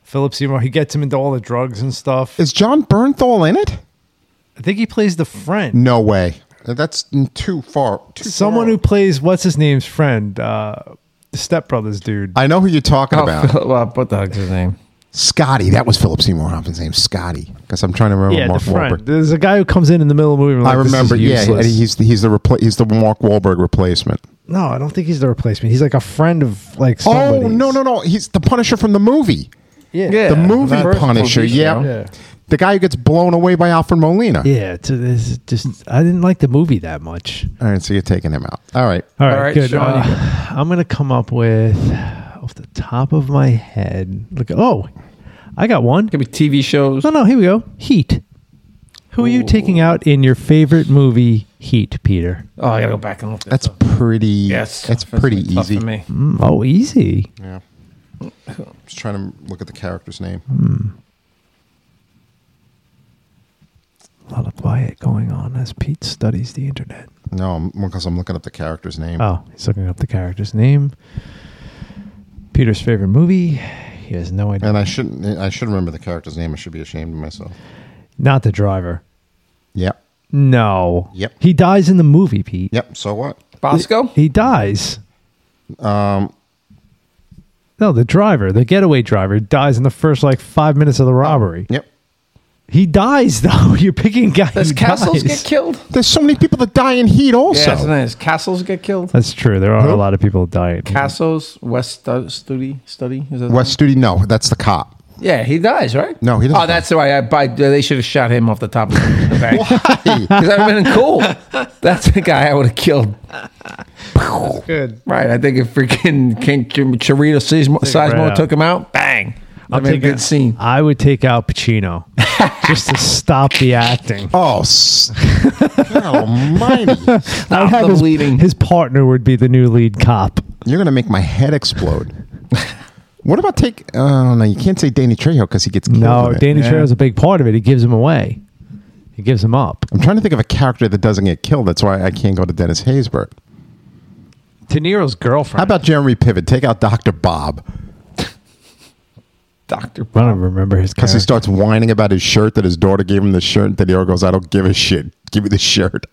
Philip Seymour. He gets him into all the drugs and stuff. Is John Bernthal in it? I think he plays the friend. No way. That's too far. Too Someone far. who plays what's his name's friend. Uh, the Step Brothers dude. I know who you're talking Oh, about. Phil- well, what the heck's his name? Scotty. That was Philip Seymour Hoffman's name. Scotty. Because I'm trying to remember yeah, Mark the friend. Wahlberg. There's a guy who comes in in the middle of the movie. and I'm I like, this is remember. Yeah, and useless. he's he's the repla- he's the Mark Wahlberg replacement. no. I don't think he's the replacement. He's like a friend of like. Oh somebody's. no no no! He's the Punisher from the movie. Yeah. Yeah. The movie the first Punisher. movie Yeah. show. Yeah. The guy who gets blown away by Alfred Molina. Yeah, to this just I didn't like the movie that much. All right, so you're taking him out. All right. All right, right, good. Sean, Uh, you I'm gonna come up with off the top of my head. Look, oh, I got one. Could be TV shows. No, no, here we go. Heat. Who are you taking out in your favorite movie, Heat, Peter? Oh, I gotta go back and look. At That's pretty. yes, That's pretty tough easy. for me. Mm, Oh, easy. Yeah. Just trying to look at the character's name. A lot of quiet going on as Pete studies the internet. No, because I'm looking up the character's name. Oh, he's looking up the character's name. Peter's favorite movie. He has no idea. And I shouldn't. I should remember the character's name. I should be ashamed of myself. Not the driver. Yep. No. Yep. He dies in the movie, Pete. Yep. So what? Bosco. He dies. Um. Um. No, the driver, the getaway driver, dies in the first like five minutes of the robbery. Yep. He dies *laughs* though. You're picking guys. Does Castles get killed? There's so many people that die in heat. Yeah, Also, that's the name. Does Castles get killed? That's true. There are Who? a lot of people dying. Castles West Stu- Study Study is that West Studi. No, that's the cop. Yeah, he dies, right? No, he doesn't Oh, that's why I. By, they should have shot him off the top of the *laughs* bank. Hey, Because that would have been *laughs* cool. That's the guy I would have killed. Good. Right. I think if freaking King Charito Sizemore, right Sizemore out. took him out, bang. That'd been a good scene. I would take out Pacino just to stop the acting. oh, s- God almighty! I'd Stop have the his, bleeding. His partner would be the new lead cop. You're gonna make my head explode. What about take? Oh no, you can't say Danny Trejo because he gets killed. No, in it. Danny Trejo's a big part of it. He gives him away. He gives him up. I'm trying to think of a character that doesn't get killed. That's why I can't go to Dennis Haysbert. De Niro's girlfriend. How about Jeremy Piven? Take out Doctor Bob Dr. I don't remember his because he character. starts whining about his shirt that his daughter gave him. The shirt that Dario goes, "I don't give a shit. Give me the shirt."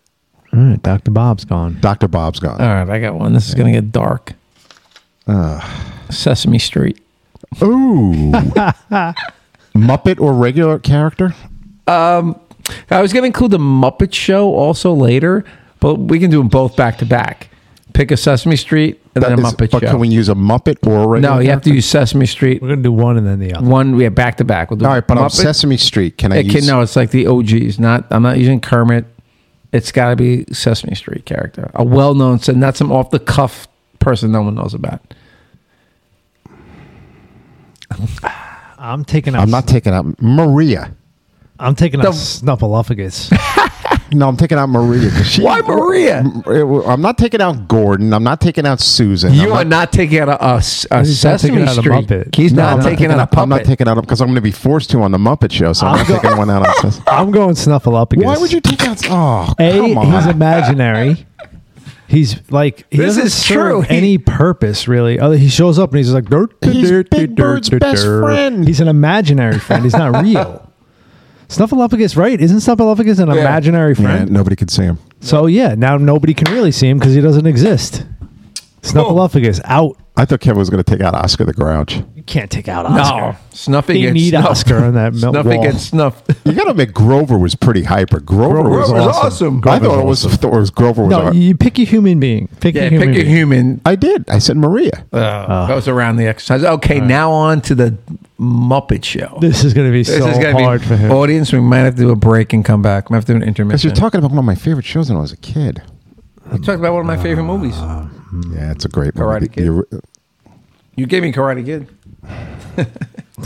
All right, Dr. Bob's gone. Doctor Bob's gone. All right. I got one. This is going to get dark. Sesame Street. *laughs* Ooh. Muppet or regular character? I was going to include the Muppet Show also later, but we can do them both back to back. Pick a Sesame Street, and then That a is- Muppet but Show. can we use a Muppet or a no, you have to use Sesame Street. We're gonna do one and then the other. One, yeah, back to back. We'll do All right, but on Muppet- Sesame Street, can I It use? can, no, it's like the OGs. Not I'm not using Kermit. It's got to be Sesame Street character, a well-known, so not some off-the-cuff person no one knows about. I'm taking out. I'm not taking out Maria. I'm taking out The- Snuffleupagus. No, I'm taking out Maria. *laughs* 'cause she- Why Maria? It- I'm not taking out Gordon. I'm not taking out Susan. You I'm are not taking out a, a, a He's not Sesame taking out a Street. Muppet. He's No, not I'm taking out a I'm not puppet. taking out because I'm going to be forced to on the Muppet Show. *laughs* So I'm not taking one out on Sesame. *laughs* I'm going Snuffleupagus. Why would you take out? Oh, A, come on. he's imaginary. He's like he This doesn't is serve true. He- any purpose really. Other he shows up and he's like dirt, dirt, He's dirt, Big Bird's best friend. He's an imaginary friend. He's *laughs* not real. Snuffleupagus, right? Isn't Snuffleupagus an imaginary Yeah, friend? nobody could see him. So yeah, now nobody can really see him because he *laughs* doesn't exist. Snuffleupagus out. I thought Kevin was going to take out Oscar the Grouch. You can't take out No, Oscar. snuffing They gets need snuffed. Oscar *laughs* on that mil- Snuffing wall. gets snuffed. You got to admit Grover was pretty hyper. Grover, was, Grover's awesome. awesome. I thought Grover's it was, thought it was Grover was. No, our- you pick a human being. Pick Yeah, a human pick a being. human. I did. I said Maria. Uh, goes around the exercise. Okay, now on to the Muppet Show. this is going to be This so is gonna hard be for him. audience. We might have to do a break and come back. We might have to do an Because intermission. you're talking about one of my favorite shows when I was a kid. You talked about one of my favorite movies. Yeah, it's a great Karate movie. Kid. You- You gave me Karate Kid.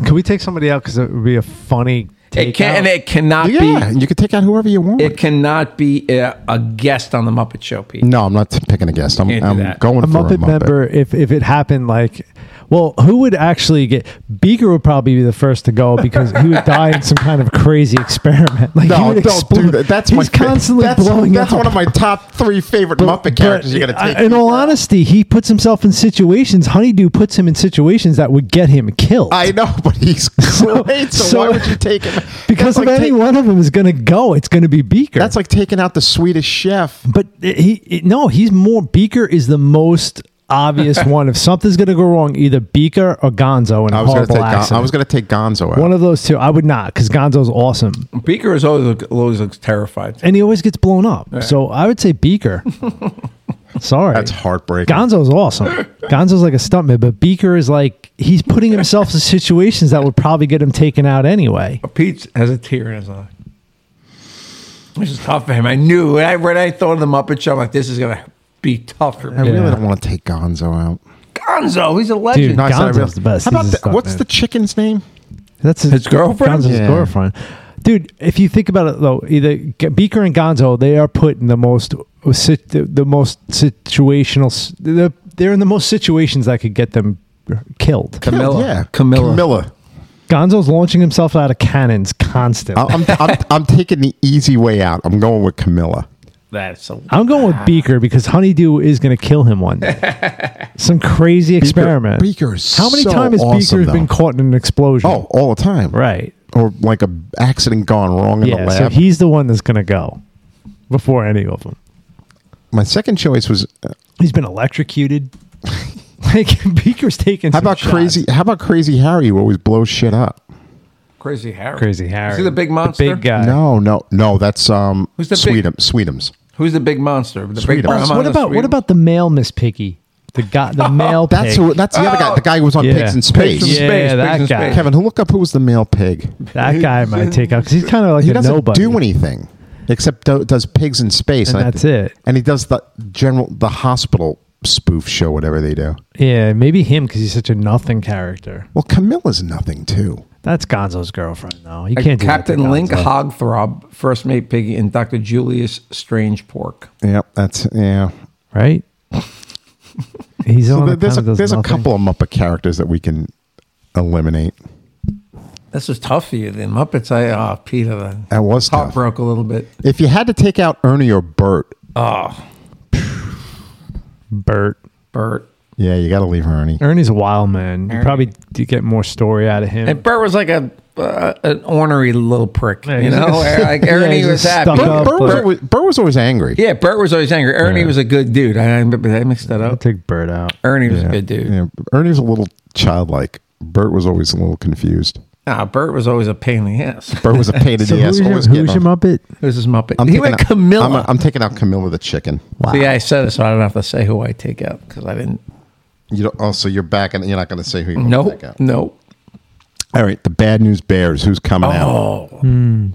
Can we take somebody out because it would be a funny take It can out? and it cannot yeah, be. and you could take out whoever you want. It cannot be a, a guest on the Muppet Show, Pete. no, I'm not picking a guest. I'm, Can't do I'm that. going a for Muppet, a Muppet. member, if if it happened, like, well, who would actually get? Beaker would probably be the first *laughs* to go because he would die in some kind of crazy experiment. *laughs* Like, he No, would don't do explode. that. That's he's my constantly that's, blowing That's up. one of my top three favorite Muppet characters. You're gonna I- take. in all honesty, he puts himself in situations. Honeydew puts him in situations that would get him killed. I know, but he's great. *laughs* So, so- why would you take him? because That's if like any ta- one of them is going to go, it's going to be Beaker. that's like taking out the Swedish Chef. But uh, he, he- no, he's more Beaker is the most *laughs* obvious one. If something's gonna go wrong, either Beaker or Gonzo in a I was going to horrible take. Gon- accident. I was going to take Gonzo out. one of those two. I would not because Gonzo's awesome Beaker is always always looks terrified. and he always gets blown up. So I would *laughs* say Beaker. Sorry, that's heartbreaking. Gonzo's awesome. Gonzo's like a stuntman, but Beaker is like he's putting himself in situations that would probably get him taken out anyway. Pete has a tear in his eye. This is tough for him. I knew when I when I thought of the Muppet Show, I'm like, this is gonna be tough for I me. really Yeah. don't want to take Gonzo out. Gonzo, he's a legend. Dude, No, I said I Gonzo's really- the best. How about He's a the, what's stuntman. the chicken's name? That's his, His girlfriend? Gonzo's Yeah. girlfriend. Dude, if you think about it though, either G- Beaker and Gonzo, they are put in the most uh, sit- the, the most situational. s- They're, they're in the most situations that could get them killed. Camilla. *laughs* Yeah, Camilla. Camilla. Gonzo's launching himself out of cannons constantly. I- I'm, I'm, I'm taking the easy way out. I'm going with Camilla. That's a, I'm going with Beaker because Honeydew is going to kill him one day. Some crazy experiment. Beaker is How many so times has awesome, Beaker been though. caught in an explosion? Oh, all the time. right. Or like a accident gone wrong in the Yeah. So lab. he's the one that's going to go before any of them. My second choice was uh, He's been electrocuted. *laughs* like Beaker's taking. how some about shots. crazy? How about crazy Harry who always blows shit up? crazy Harry. Crazy Harry. Is he the big monster? big guy. No, no, no. That's um. Who's the big- Sweetum, Sweetums. Who's the big monster? The Sweet. big brown Oh, so What monster, about sweet- what about the male Miss Piggy? The guy, the male. Uh, That's pig. who. That's the other guy. Oh. The guy who was on Yeah. Pigs in Pigs Space. in Yeah, space, that pigs in guy. space. Kevin, who look up who was the male pig? That guy might take out because he's kind of like He a doesn't nobody. do anything except do, does Pigs in Space, And I- that's it. And he does the general the hospital spoof show, whatever they do. Yeah, maybe him because he's such a nothing character. Well, Camilla's nothing too. That's Gonzo's girlfriend, though. You can't do that to Captain Link, Gonzo. Hogthrob, First Mate Piggy, and Dr. Julius Strange Pork. Yep, that's yeah. *laughs* right? He's So on. there- there's a, there's a nothing. couple of Muppet characters that we can eliminate. This is tough for you. Then Muppets, I oh Peter, the That was heart tough. broke a little bit. If you had to take out Ernie or Bert, Bert. Bert yeah, you got to leave Ernie. Ernie's a wild man. You probably do get more story out of him. and Bert was like a uh, an ornery little prick, Yeah, you he's know. *laughs* like a- like yeah, Ernie he's a was happy. Bert- stuck up- Bert, Bert- was, always, Bert was always angry. yeah, Bert was always angry. Ernie was a good dude. I, I mixed that I'll up. take Bert out. Ernie was Yeah, a good dude. yeah. Ernie was a little childlike. Bert was always a little confused. Nah, Bert was always a pain in the *laughs* ass. Bert was a pain in So the ass. who's, your, always getting who's your on- Muppet? Who's his Muppet? I'm he taking went out- Camilla. I'm, I'm taking out Camilla the chicken. See, I said it, so I don't have to say who I take out because I didn't You don't, oh, so you're back, and you're not going to say who you're going to Nope. pick out. Nope. All right, the bad news bears. Who's coming out? Oh,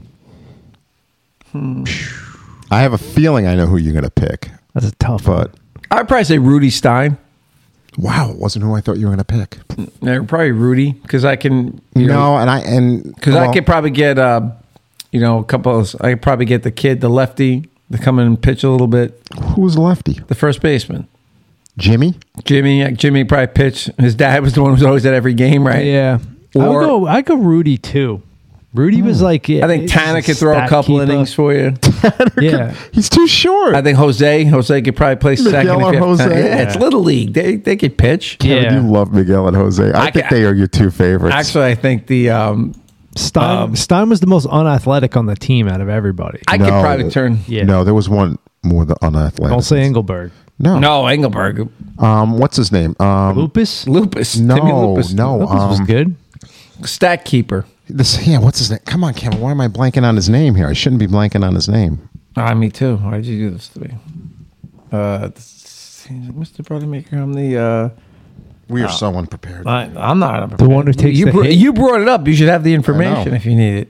I have a feeling I know who you're going to pick, That's a tough one. but I'd probably say Rudy Stein. wow, it wasn't who I thought you were going to pick. Yeah, probably Rudy because I can. You know, No, and I and because I well, could probably get, uh, you know, a couple. Of, I could probably get the kid, the lefty, to come in and pitch a little bit. who was the lefty? The first baseman, Jimmy. Jimmy. uh, Jimmy probably pitch. His dad was the one who was always at every game, right? Yeah. I Or- would go. I go Rudy too. Rudy was Hmm. like. I think Tana could throw a couple innings for you. *laughs* Yeah. He's too short. I think Jose, Jose could probably play second. or If you have Jose? time. Yeah, it's little league. They they could pitch. Kevin, Yeah. You love Miguel and Jose. I, I think ca- they are your two favorites. Actually, I think the um, Stein, Stein was the most unathletic on the team out of everybody. I could probably turn. Yeah. No, there was one more than unathletic. Don't say Engelberg. no. No, Engelberg, Um, what's his name? Um, Lupus. Lupus, Timmy no, Lupus, no. Lupus was Um, good. stat keeper. this, yeah, what's his name? Come on, Kevin. Why am I blanking on his name here? I shouldn't be blanking on his name. Ah, me too. Why did you do this to me? Uh, this- Mr. Bodymaker, I'm the. Uh, We are so unprepared. I, I'm not The one who takes you. the br- hit? you brought it up. You should have the information if you need it.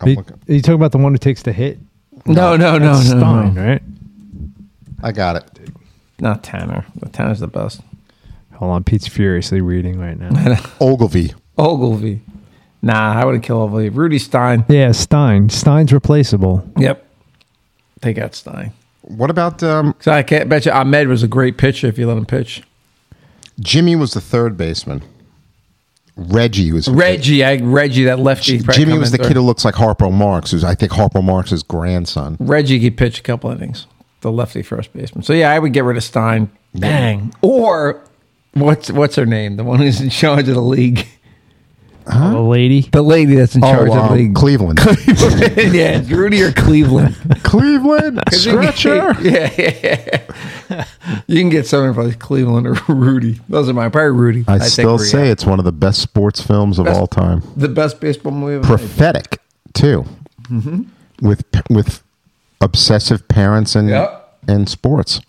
I'm You, looking. you talking about the one who takes the hit? No, no, no, no, That's no, Stein, right? I got it. Not Tanner. Tanner's the best. Hold on, Pete's furiously reading right now. Ogilvy. Ogilvy. Nah, I wouldn't kill Ogilvy. Rudy Stein. yeah, Stein. Stein's replaceable. Yep. Take out Stein. What about um, Because I can't bet you Ahmed was a great pitcher if you let him pitch. Jimmy was the third baseman. Reggie was Reggie, I, Reggie, that lefty. probably Jimmy come was in the third. kid who looks like Harpo Marx, who's I think Harpo Marx's grandson. Reggie could pitch a couple innings, the lefty first baseman. So yeah, I would get rid of Stein. Bang. Or what's what's her name? The one who's in charge of the league. The lady. The lady that's in charge of the um, league. *laughs* Cleveland. yeah, it's Rudy or Cleveland. *laughs* *laughs* Cleveland stretcher. yeah, yeah, yeah. You can get someone from Cleveland or Rudy. Those are mine. Probably Rudy. I I'd take still Rudy. say it's one of the best sports films of Best- all time. the best baseball movie. Ever made. Prophetic too, Mm-hmm. with with obsessive parents and Yep. and sports.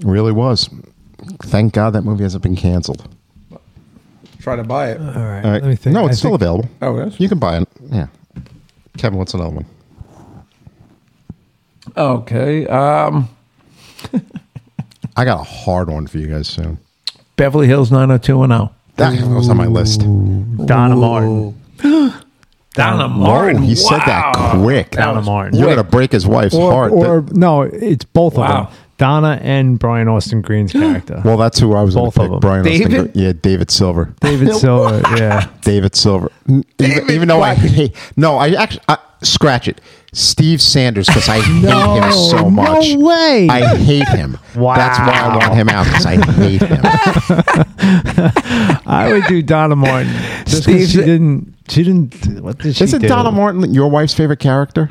Really was. Thank God that movie hasn't been canceled. Try to buy it. All right, All right. let me think. No, it's I still think- available. Oh, it is? Uh, You can buy it. Yeah. Kevin, what's another one? Okay. Um, I got a hard one for you guys soon. Beverly Hills 90210. That was on my list. Donna Martin. Donna Whoa, Martin. he said that Wow. quick. Donna Martin. You're going to break his wife's or, heart. or no, it's both Wow. of them. Donna and Brian Austin Green's character. well, that's who I was going Both to of pick. them. Brian Austin David? Gr- Yeah, David Silver. David Silver. Yeah. David Silver. N- even, even though I hate. No, I actually I, scratch it. Steve Sanders because I hate him so much. No way. I hate him. Wow. That's why I want him out because I hate *laughs* him. I would do Donna Martin. Just 'cause Steve- she didn't. She didn't. What did she Isn't do? Donna Martin your wife's favorite character?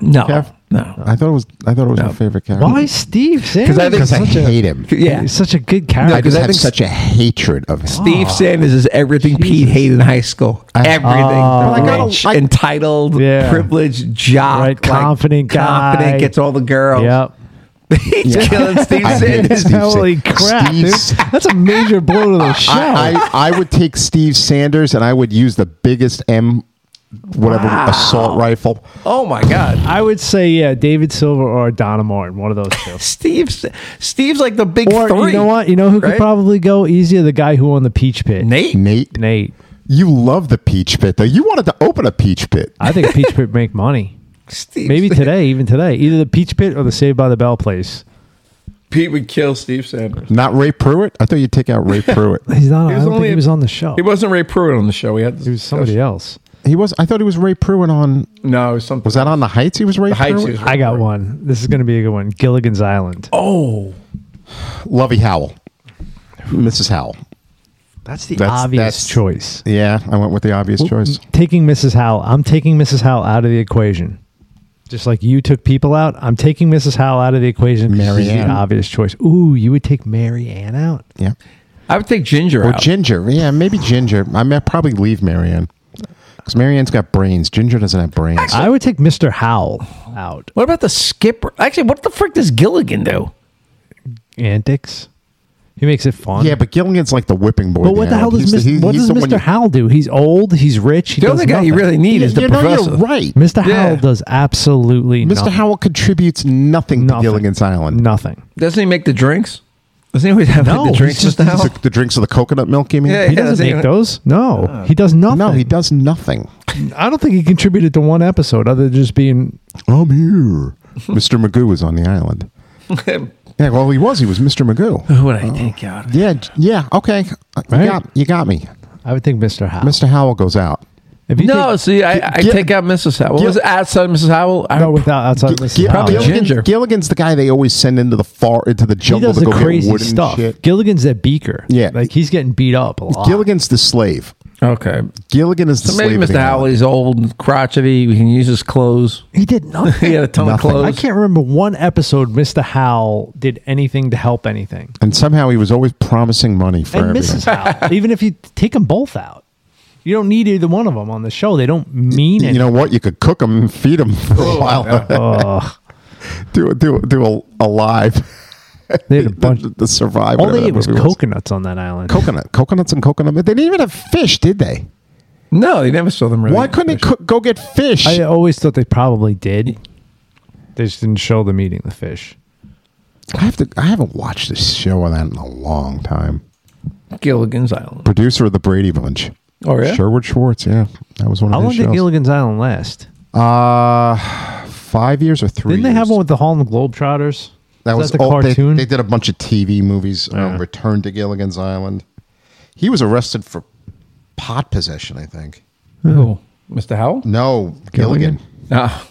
No. Kev? No. I thought it was. I thought it was your favorite character. Why Steve? Sanders? I think- Because I Such a- hate him. Yeah. He's such a good I character. because just I have think- such a hatred of him. Steve Sanders is everything Pete hated in high school. everything. Oh. Rich, Well, I gotta- I- entitled, Yeah. privileged, jock, Right, confident guy. confident, gets all the girls. yep. *laughs* He's Yeah. *laughs* killing Steve I hate Sanders. Steve Holy Sa- crap, Steve dude. Sa- That's a major blow to the show. I, I, I would take Steve Sanders and I would use the biggest M, whatever assault rifle. Oh my God. I would say yeah, David Silver or Donna Martin, one of those *laughs* two. Steve's Steve's like the big Or three. you know what? You know who could right? probably go easier? The guy who owned the Peach Pit, Nate. Nate, Nate. you love the peach pit though. You wanted to open a peach pit. I think Peach Pit *laughs* make money. Steve. Maybe today, even today, either the Peach Pit or the Saved by the Bell place. Pete would kill Steve Sanders. Not Ray Pruitt. I thought you'd take *laughs* out Ray Pruitt. He's not. He I was don't think only he a- was on the show. He wasn't Ray Pruitt on the show. We had He was somebody else. He was. I thought he was Ray Pruitt on. No, it was something. Was that on the Heights? He was Ray the heights? Pruitt. he was Ray I got Pruitt. one. This is going to be a good one. Gilligan's Island. Oh, Lovey Howell, Mrs. Howell. that's the that's- obvious that's- choice. Yeah, I went with the obvious choice. Taking Mrs. Howell. I'm taking Mrs. Howell out of the equation. Just like you took people out, I'm taking Mrs. Howell out of the equation. Mary Marianne. the obvious choice. Ooh, you would take Mary Ann out. Yeah. I would take Ginger Or out. Ginger. Yeah, maybe Ginger. I may probably leave Marianne because Marianne's got brains. Ginger doesn't have brains. I would take Mr. Howell out. what about the skipper? Actually, what the frick does Gilligan do? Antics. He makes it fun. Yeah, but Gilligan's like the whipping boy. But what the there. hell does He's the- Mr. he- what he's does the one Mr. you- Howell do? He's old. He's rich. He The does only guy you nothing. really need You- is the you know professor. you're right. Mr. Mr. Yeah. Howell does absolutely nothing. Howell contributes nothing, Nothing. to Gilligan's Island. Nothing. Doesn't he make the drinks? Doesn't he always have like, No, the he's drinks just- just now? The, *laughs* the drinks of the coconut milk, you mean? Yeah, Oh. He does doesn't he? make those. No, he does nothing. No, he does nothing. I don't think he contributed to one episode other than just being. I'm here. *laughs* Mr. Magoo was on the island. Yeah, well, he was. He was Mr. *sighs* Magoo. Who would I think out? Yeah, j- yeah, okay. Uh, You, Right. got, you got me. I would think Mr. Howell. Mr. Howell goes out. If you No, think- see, I, I Gil- take out Mrs. Howell. What Gil- was it outside Mrs. Howell? I- no, without outside Mr. Gil- Howell. probably Gilligan- Ginger. Gilligan's the guy they always send into the far into the He jungle does to the go get crazy wood and stuff. shit. Gilligan's that beaker. Yeah. like he's getting beat up a lot. Gilligan's the slave. okay. Gilligan is the So maybe slave. of the Mr. island. Howell is old, crotchety. He can use his clothes. he *laughs* did nothing. He had a ton Nothing. of clothes. I can't remember one episode Mr. Howell did anything to help anything. And somehow he was always promising money for And everything. Mrs. Howell, *laughs* even if you take them both out, you don't need either one of them on the show. They don't mean it. You know what? You could cook them and feed them for Oh. a while. *laughs* do do do a, a live. they had a *laughs* The, bunch. the, the survivor. All they whatever ate that was movie coconuts on that island. Coconut, coconuts, and coconut. They didn't even have fish, did they? *laughs* No, you never saw them really. Why couldn't they cook, go get fish? I always thought they probably did. They just didn't show them eating the fish. I have to. I haven't watched this show in a long time. Gilligan's Island? Producer of the Brady Bunch. Oh, yeah? Sherwood Schwartz. Yeah, that was one How of long his did shows. Gilligan's Island last? uh, five years or 3 Didn't they have years. one with the Harlem Globetrotters? That Is was that the all- they- cartoon. They, did a bunch of TV movies. Um, Return to Gilligan's Island. He was arrested for pot possession, I think. Who? Mr. Howell? No, Gilligan. Ah,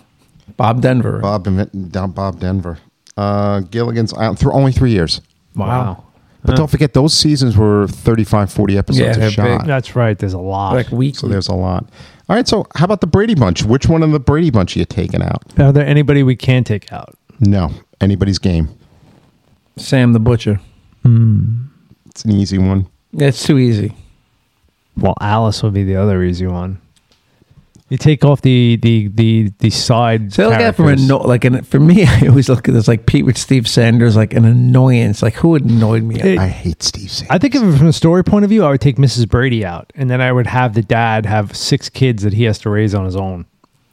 Bob Denver. Bob Bob down Bob Denver. Uh, Gilligan's Island. Through only three years. wow. But don't forget, those seasons were 35, 40 Yeah, episodes they're a shot. big. That's right. There's a lot. like So weekly. there's a lot. All right, so how about the Brady Bunch? Which one of the Brady Bunch are you taking out? Are there anybody we can take out? No, anybody's game. Sam the Butcher. It's an easy one. That's too easy. Well, Alice would be the other easy one. You take off the the the the side. So I look at it from a characters. no, like an, for me, *laughs* I always look at this like Pete with Steve Sanders, like an annoyance. Like who annoyed me? It- I hate Steve Sanders. I think of it from a story point of view. I would take Mrs. Brady out, and then I would have the dad have six kids that he has to raise on his own.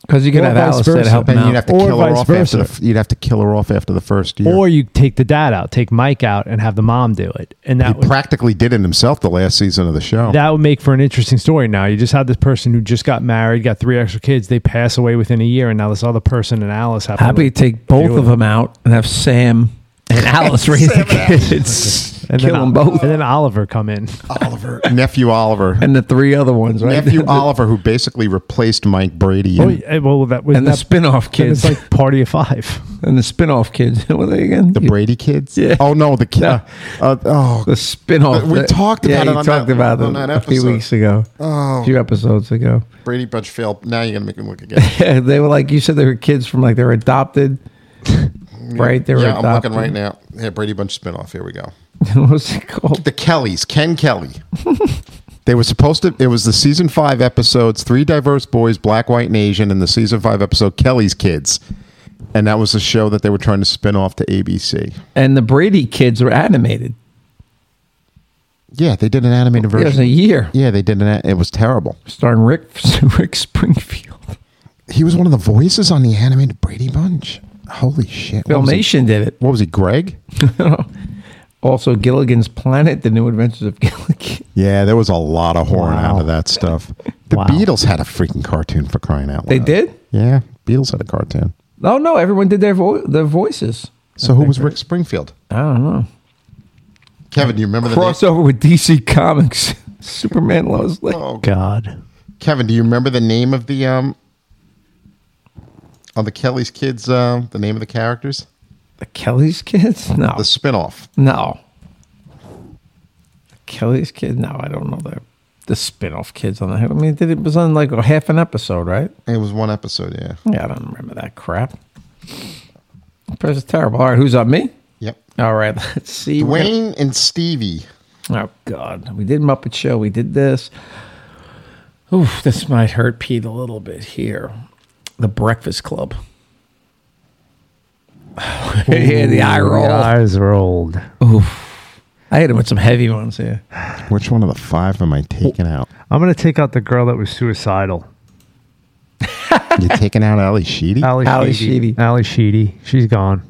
Because you could Or have vice Alice there to versa. help him then you'd out. have to Or kill her vice off versa. after the, you'd have to kill her off after the first year. Or you take the dad out, take Mike out, and have the mom do it, and he that would, practically did it himself the last season of the show. that would make for an interesting story. Now you just had this person who just got married, got three extra kids. They pass away within a year, and now this other person and Alice have Happy to take both of them out and have Sam and Alice raise the kids, and kill then, them Ol- both, and then Oliver *laughs* come in. Oliver, nephew *laughs* Oliver, and the three other ones, right? nephew Oliver, who basically replaced Mike Brady. Oh, in yeah, well, that was and the that, spin-off then it's kids, like Party of *laughs* Five. *laughs* and the spin-off kids. *laughs* what are they again? the Brady kids. Yeah. Oh no, the kid. Uh, oh, the spin-off. We that- talked yeah, about you it on talked that- about on it that a few episode. Oh. weeks ago. A few episodes ago. *laughs* Brady Bunch failed. Now you're gonna make him look *laughs* again. Yeah, they were like you said. They were kids from like they were *laughs* adopted, right? They were yeah, I'm adopted. looking right now. Yeah, Brady Bunch spinoff. Here we go. now. *laughs* what was it called? The Kellys, Ken Kelly. they were supposed to. It was the season five episodes, three diverse boys, black, white, and Asian, and the season five episode Kelly's Kids, and that was the show that they were trying to spin off to ABC. And the Brady kids were animated. Yeah, they did an animated It was version. a year Yeah, they did an. It was terrible. starring Rick *laughs* Rick Springfield. He was one of the voices on the animated Brady Bunch. Holy shit! What Bill was he- Nation did it. What was he, Greg? *laughs* Also, Gilligan's Planet: The New Adventures of Gilligan. *laughs* Yeah, there was a lot of horn Wow. out of that stuff. The Wow. Beatles had a freaking cartoon for crying out loud. They did. Yeah, Beatles had a cartoon. No, no, everyone did their vo- their voices. So who was Rick Springfield? I don't know. Kevin, do you remember the name? Crossover with DC Comics, *laughs* Superman, Lois Lane. Oh, God. Kevin, do you remember the name of the um on the Kelly's kids? Uh, the name of the characters? The Kelly's kids? No, The spinoff. no. Kelly's kid? No, I don't know that. The spin-off kids on the. I mean, did it was on like a half an episode, right? It was one episode. Yeah. Yeah, I don't remember that crap. This is terrible. All right, who's on me? Yep. All right, *laughs* let's see. We're gonna- Dwayne and Stevie. Oh God, we did Muppet Show. We did this. Oof, this might hurt Pete a little bit here. The Breakfast Club. *laughs* yeah, the eye roll. eyes rolled. I hit him with some heavy ones here. Which one of the five am I taking out? I'm gonna take out the girl that was suicidal. You taking out Ali Sheedy? Ali Ally Sheedy. Sheedy. Ali Sheedy. She's gone.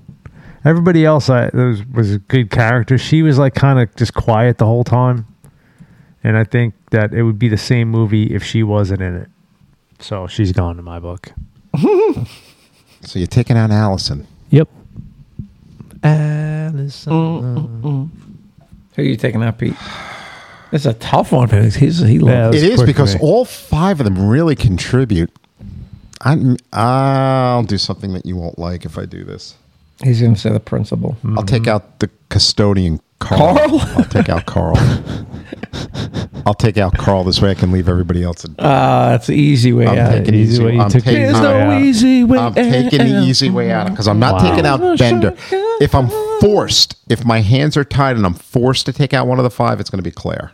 Everybody else I was was a good character. She was like kind of just quiet the whole time. And I think that it would be the same movie if she wasn't in it. So she's gone in my book. So you're taking out Allison. Yep. Allison. Who are you taking out, Pete? It's a tough one because he's he Yeah. loves. It was is quick because for me. all five of them really contribute. I, I'll do something that you won't like if I do this. He's going to say the principal. I'll take Mm-hmm. out the custodian, Carl. Carl? I'll take out *laughs* Carl. I'll take out Carl. This way I can leave everybody else. in- Ah, that's the easy way I'm out. taking easy easy. way you I'm took taking, it. There's easy I'm, no way out. easy way. I'm taking the easy way out because I'm not Wow. taking out Bender. If I'm forced, if my hands are tied and I'm forced to take out one of the five, it's going to be Claire.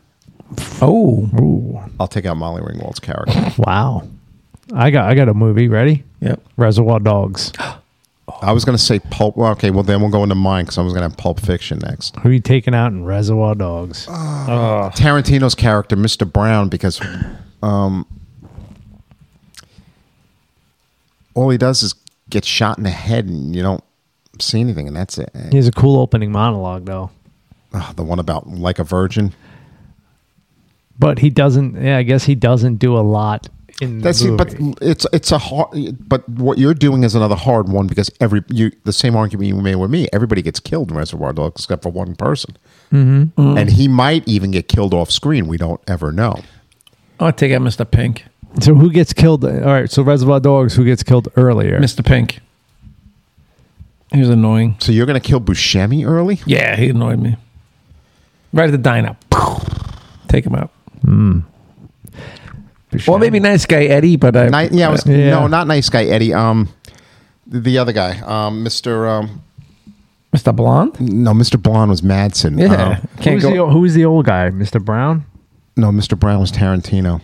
Oh, Ooh. I'll take out Molly Ringwald's character. Wow. I got I got a movie. Ready? yep. Reservoir *gasps* Dogs. I was going to say Pulp. Well, okay, well then we'll go into mine because I was going to have Pulp Fiction next. Who you taking out in Reservoir Dogs? Um, Tarantino's character, Mr. Brown, because um, all he does is get shot in the head and you don't see anything, and that's it. he has a cool opening monologue though. Ah, the one about like a virgin. But he doesn't. Yeah, I guess he doesn't do a lot in That's the it, movie. but it's it's a hard. But what you're doing is another hard one because every you the same argument you made with me. Everybody gets killed in Reservoir Dogs except for one person, mm-hmm. and he might even get killed off screen. We don't ever know. I'll take out Mr. Pink. so who gets killed? All right. So Reservoir Dogs. Who gets killed earlier? Mr. Pink. He was annoying. So you're gonna kill Buscemi early? Yeah, he annoyed me. Right at the diner. *sighs* Take him out. Or maybe nice guy Eddie, but uh, I, Ni- yeah, I was, Yeah. no, not nice guy Eddie. Um, the, the other guy, um, Mr. Um, Mr. Blonde. no, Mr. Blonde was Madsen. Yeah, Um, can't Who's the, go. o- who's the old guy? Mr. Brown? no, Mr. Brown was Tarantino.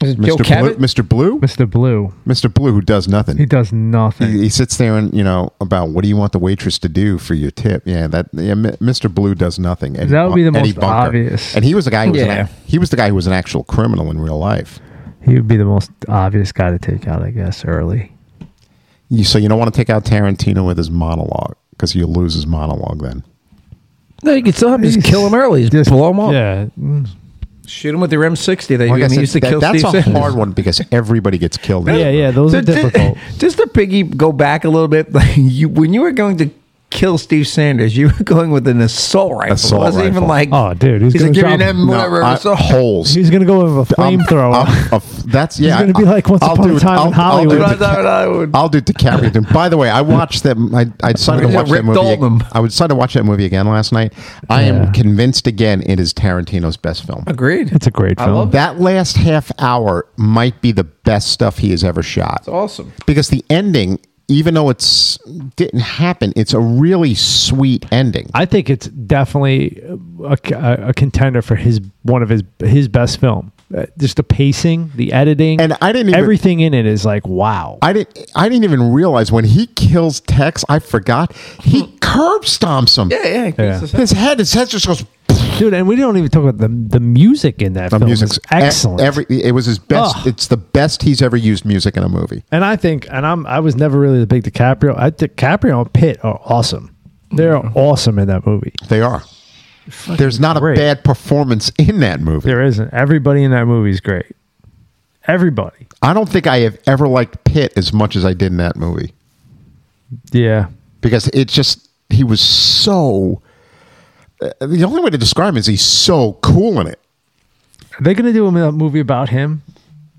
Is it Joe Mr. Blue, Cabot. Mr. Blue, Mr. Blue. Mr. Blue, who does nothing. He does nothing. he, he sits there and you know about what do you want the waitress to do for your tip? Yeah, that yeah, M- Mr. Blue does nothing. Eddie That would be the Bun- Eddie most obvious. And he was the guy. Who was Yeah. an, ac- he was the guy who was an actual criminal in real life. He would be the most obvious guy to take out, I guess, early. You, so you don't want to take out Tarantino with his monologue because you lose his monologue then. No, you can still have him just kill him early. Just, blow him up. Yeah. Mm. Shoot him with your M60 that Like I you said, used to that- kill that's Steve a Sanders. hard one because everybody gets killed. *laughs* Yeah, yeah. Those are Ju- ju- difficult. *laughs* Just to piggy go back a little bit, *laughs* like you when you were going to kill Steve Sanders, you were going with an assault rifle. Assault it wasn't rifle. even like Oh, dude, he's like, gonna give me drop- them No, whatever. I- assault- holes. He's going to *laughs* go with a I'm- flamethrower. I'm- of- that's yeah. gonna be I- like Once Upon a it- Time in Hollywood. I'll do, DiCap- *laughs* I'll do DiCaprio. then. By the way, I watched that. I, I decided to Yeah, watch Rick that movie. ag- Dalton. I decided to watch that movie again last night. I Yeah. am convinced again it is Tarantino's best film. Agreed. It's a great I film. love that. That last half hour might be the best stuff he has ever shot. awesome. because the ending, even though it's didn't happen, it's a really sweet ending. I think it's definitely a, a contender for his one of his his best film. Uh, just the pacing, the editing, And I didn't even- everything in it is like wow. I didn't. I didn't even realize when he kills Tex. I forgot he curb stomps him. Yeah, yeah. Yeah. It's- His head. His head just goes. Dude, and we don't even talk about the the music in that The film. music's is excellent. e- Every it was his best. Ugh. It's the best he's ever used music in a movie. and I think, and I'm I was never really the big DiCaprio. I DiCaprio and Pitt are awesome. They're awesome in that movie. They are. There's not great. a bad performance in that movie. There isn't everybody in that movie is great. Everybody, I don't think I have ever liked Pitt as much as I did in that movie yeah. because it just he was so. uh, The only way to describe him is he's so cool in it. Are they going to do a mo- movie about him?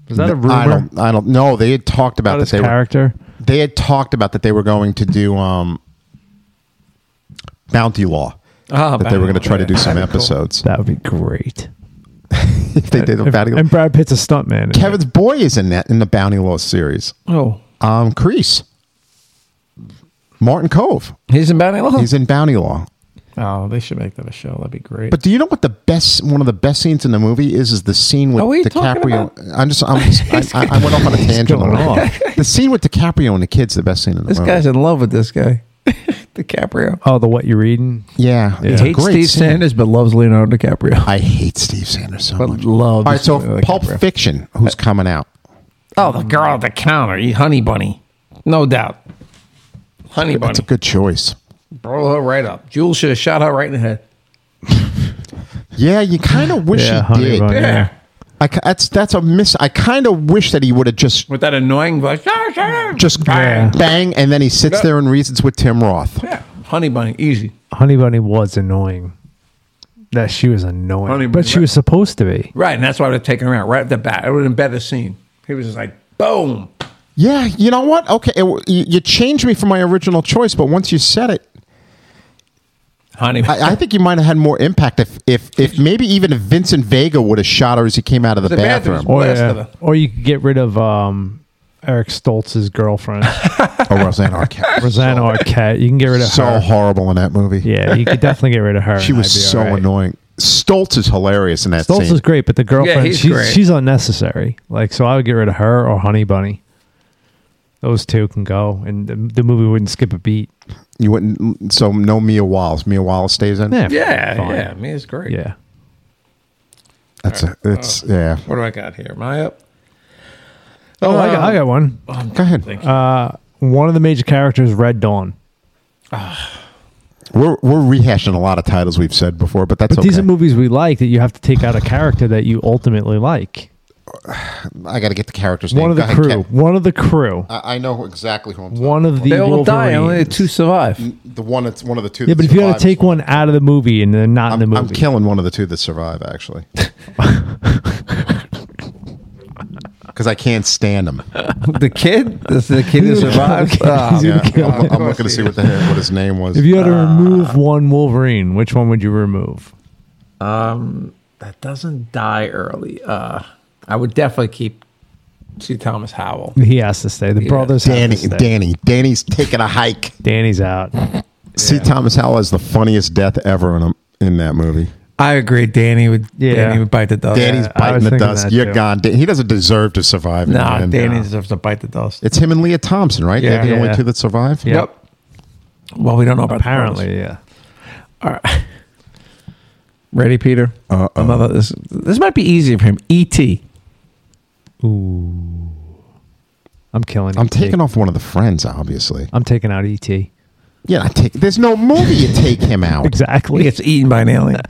Is that a rumor I don't. I don't know. They had talked about, about that his they were character? they had talked about that they were going to do um, bounty law. Ah, that they were Bounty going to Law, try to do yeah. some That'd be cool. episodes. *laughs* That would be great. If they did a bounty law. And Brad Pitt's a stuntman. Kevin's boy is in that in the bounty law series. Oh, Um, Crease, Martin Cove, he's in Bounty Law. he's in bounty law. oh, they should make that a show. That'd be great. But do you know what the best one of the best scenes in the movie is? Is the scene with Oh, Are we talking DiCaprio? I'm just I'm just, I, I, I went off on a tangent. going on it. The scene with DiCaprio and the kids the best scene in the this movie. guy's in love with this guy. *laughs* DiCaprio. Oh, the what you're reading? Yeah, it's a Hates great Steve scene. Sanders, but loves Leonardo DiCaprio. I hate Steve Sanders so But much. loves All right, so Leonardo Pulp DiCaprio. Fiction, Uh, who's coming out? Oh, the girl at the counter, you honey bunny, no doubt. Honey bunny, That's a good choice. roll her right up. Jules should have shot her right in the head. Yeah, you kind *laughs* of wish Yeah, he Honey did. Bunny. Yeah, Yeah. I ca- that's that's a miss. I kind of wish that he would have just with that annoying voice. just bang. bang, and then he sits there and reasons with Tim Roth. Yeah, honey bunny, easy. Honey Bunny was annoying. That she was annoying, Honey but Bunny, she right. was supposed to be. Right, and that's why I would have taken her out right at the bat. It would have been a better scene. He was just like, boom. Yeah, you know what? Okay, it, w- you, you changed me from my original choice, but once you said it, Honey, I, I think you might have had more impact if if if maybe even if Vincent Vega would have shot her as he came out of the, The bathroom. bathroom. Or, Last of yeah, the- or you could get rid of um, Eric Stoltz's girlfriend, Oh, Roseanne *laughs* Arquette. Rosanna Arquette. You can get rid of so her. horrible in that movie. Yeah, you could definitely get rid of her. she and was I'd be all so right. annoying. Stoltz is hilarious in that Stoltz scene. is great, but the girlfriend he's she's great. she's unnecessary. Like, so I would get rid of her or Honey Bunny. Those two can go, and the, the movie wouldn't skip a beat. You wouldn't. So no Mia Wallace. Mia Wallace stays in. Yeah, yeah, fine. yeah, I mean, it's great. yeah. that's a, that's yeah. What do I got here? Am I up? Oh, I, got, I got one. Go ahead. Uh, One of the major characters, Red Dawn. We're we're rehashing a lot of titles we've said before, but that's But okay. these are movies we like that you have to take out a character that you ultimately like. I got to get the characters. One name. of Go the ahead, crew. Ken. One of the crew. I, I know exactly who I'm. talking One of the They all die. Only Wolverines. two survive. The one that's one of the two. Yeah, that but if you had survives. to take one out of the movie and then not in I'm, the movie, I'm *laughs* killing one of the two that survive actually, because I can't stand him. *laughs* the kid, Does the kid *laughs* who *laughs* survives. Oh, He's Yeah, gonna I'm, kill him. I'm looking to see what the what his name was. If you had to remove one Wolverine, which one would you remove? Um, that doesn't die early. Uh, I would definitely keep C. Thomas Howell. He has to stay. The brothers have to Danny, stay. Danny, Danny's taking a hike. Danny's out. See, Thomas Howell has the funniest death ever in a, in that movie. I agree. Danny would. Yeah. Danny would bite the dust. Uh, Danny's Oh, I biting was the thinking dust. that You're too. gone. Dan- He doesn't deserve to survive. no, man. Danny deserves to bite the dust. It's him and Leah Thompson, right? Yeah. They're the Yeah. only two that survive. Yeah. Well, we don't know about the brothers. Apparently, yeah. Ready, Peter? Uh-oh. Another. This, this might be easier for him. E E.T. I'm killing. I'm ET. taking off one of the friends, obviously. I'm taking out E ET. Yeah, I take. There's no movie you take him out. He Exactly. gets eaten by an alien. *laughs*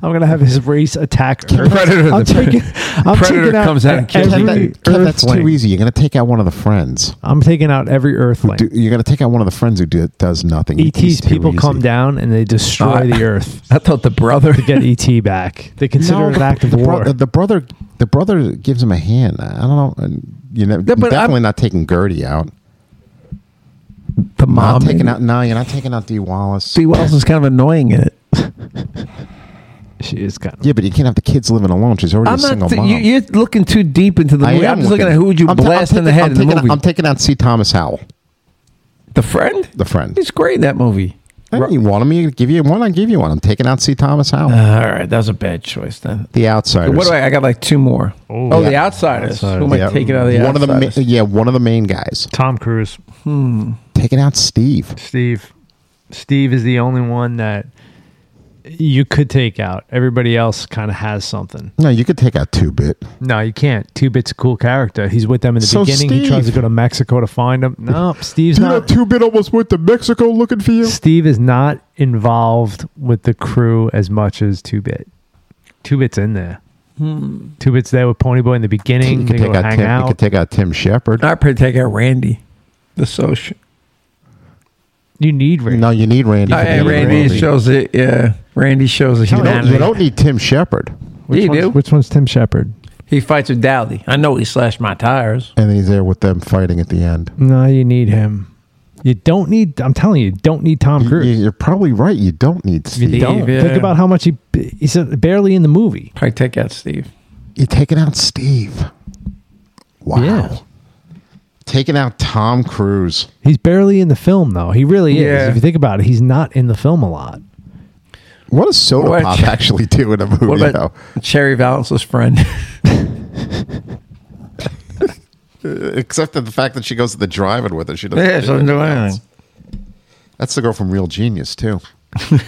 I'm gonna have his *laughs* race attack. Earth. *laughs* Predator. I'm The pre- taking. I'm Predator taking out comes out and kills Ken, every that- Ken, that's Earthling. too easy. You're gonna take out one of the friends. I'm taking out every Earthling. Do- E You're gonna take out one of the friends who do, does nothing. ET's too people easy. come down and they destroy Uh, the Earth I thought the brother. to get ET back. They consider No, it an the, act of the war. Bro- the brother, the brother gives him a hand. I don't know. and You know, but I'm- definitely not taking Gertie out. The Not mom. taking in- out. No, you're not taking out D Wallace. Steve Wells is kind of annoying in it. she is kind of. yeah, but you can't have the kids living alone. She's already a I'm single not. th- mom. you, you're looking too deep into the I movie. am I'm just looking at who would you I'm ta- I'm blast in the taking- head I'm in the taking, movie. I'm taking out C. Thomas Howell, the friend. the friend. He's great in that movie. I didn't want him. You give you one. I give you one. I'm taking out C. Thomas Howell, All right, that was a bad choice then. the outsiders. Uh, What do I? I got like two more. oh, the outsiders. Who am I Yeah, taking out of the one outsiders? Hmm. of the ma- yeah one of the main guys Tom Cruise. taking out Steve. Steve. Steve is the only one that you could take out. Everybody else kind of has something. No, you could take out two bit. No, you can't. Two Bit's a cool character. He's with them in the So beginning. He tries to Steve- go to Mexico to find them. No, Steve's not. two bit almost went to Mexico looking for you. Steve is not involved with the crew as much as Two Bit. Two Bit's in there. Hmm. Two Bit's there with Ponyboy in the beginning. You could They go take out hang Tim. You out. could take out Tim Shepard. I probably take out Randy, the social. you need Rick. No, you need Randy. Oh, for yeah, the Randy movie. shows it. Yeah, Randy shows it. You don't, you don't need Tim Shepard. Which, you one's, do. which one's Tim Shepard? He fights with Dowdy. I know he slashed my tires. And he's there with them fighting at the end. No, you need him. You don't need. I'm telling you, you don't need Tom You, Cruise. you're probably right. You don't need Steve. You You don't. yeah. Think about how much he he's barely in the movie. Probably take out Steve. are taking out Steve. Wow. Yeah. Taking out Tom Cruise. He's barely in the film though. He really is. Yeah. If you think about it, he's not in the film a lot. What does soda What- pop actually do in a movie? What though? about Cherry Valance's friend? *laughs* Except for the fact that she goes to the drive-in with her. She doesn't. yeah, she doesn't do anything. That's the girl from Real Genius too. All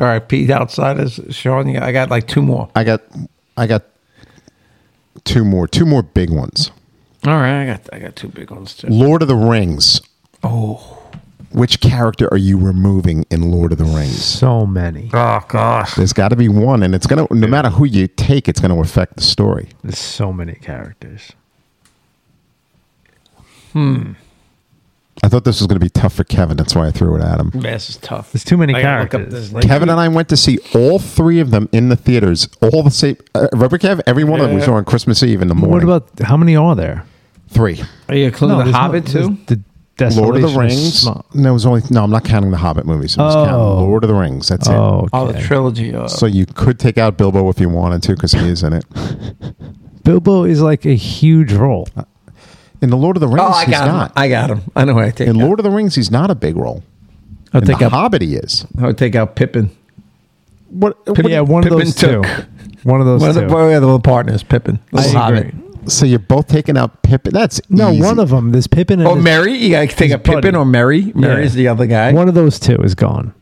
right, Pete, outsiders. Sean, you- I got like two more. I got I got two more, two more big ones. All right, I got I got two big ones too. Lord of the Rings. Oh, Which character are you removing in Lord of the Rings? So many. oh gosh. There's got to be one, and it's gonna. No matter who you take, it's gonna affect the story. There's so many characters. I thought this was gonna be tough for Kevin. That's why I threw it at him. This is tough. There's too many I gotta look up characters. this list. Kevin and I went to see all three of them in the theaters. All the same. Uh, Rubber Kev. Every one of them we Yeah. saw on Christmas Eve in the morning. What about how many are there? three? Are you including the there's Hobbit there's too? The Lord of the Desolation Rings. Smog. No, it was only. No, I'm not counting the Hobbit movies. I'm just counting Oh. Lord of the Rings. That's Oh, okay. Oh, the trilogy. Uh, it. So you could take out Bilbo if you wanted to, because he is in it. Bilbo is like a huge role. In the Lord of the Rings, oh, I he's got him. not. I got him. I know where I take. in out. Lord of the Rings, he's not a big role. I'll In the take out. Hobbit, he is. I'll take out Pippin. What? what- yeah, one of Pippin those took- two. One of those One of the, two. one of the little partners, Pippin. Little I Hobbit. agree. So you're both taking out Pippin. That's No, easy. one of them. There's Pippin and Or his- Mary. You got to take his out Pippin buddy. or Mary. Mary's Yeah. the other guy. one of those two is gone.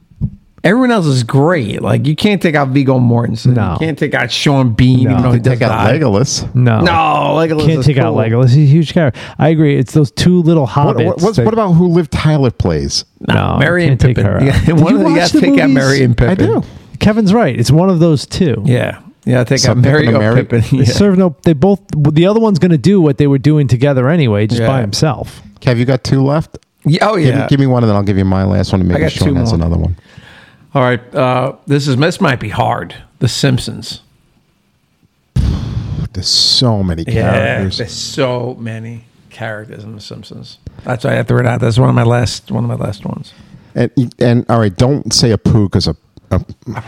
Everyone else is great. Like you can't take out Vigo Mortensen. No. You can't take out Sean Bean. No. even though he You take does out die. Legolas. No, No, Legolas can't is take out cool. Legolas. He's a huge character. I agree. It's those two little What, hobbits. what, what's, that- what about who Liv Tyler plays? No, Mary you and Oh, can't take Pippin. her out. Yeah, *laughs* Did one you of the you got watch the to take out movies? Mary and I Pippin. do. Kevin's right. It's one of those two. Yeah, yeah. Take So out Mary Pippin or and Mary- Pippin. They Yeah. serve no. They both. The other one's going to do what they were doing together anyway, just by Yeah. himself. Kev, you got two left? *laughs* Yeah, Oh Give, yeah. me, give me one and then I'll give you my last one and maybe got Sean two has more. another one. All right. Uh, this is this might be hard. The Simpsons. But there's so many characters. there's so many characters in The Simpsons. That's why I threw it out. That's one of my last one of my last ones. And, and all right, don't say a poo because a, a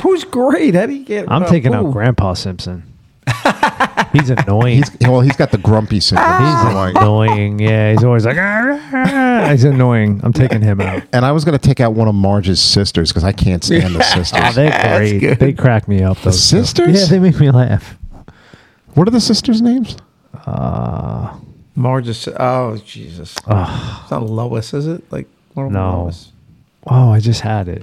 Who's great? How do you get? I'm uh, taking who? out Grandpa Simpson. *laughs* he's annoying. he's well, he's got the grumpy syndrome. He's So, like- annoying. Yeah, he's always like, "Ah, ah, ah." he's annoying. I'm taking *laughs* him out. and I was going to take out one of Marge's sisters because I *laughs* can't stand the Oh, *laughs* sisters. they're great. good. They crack me up. Those two. sisters? Yeah, they make me laugh. What are the sisters' names? Marge is, oh Jesus. It's not Lois, is it? Like one of No. Lois. Oh, I just had it.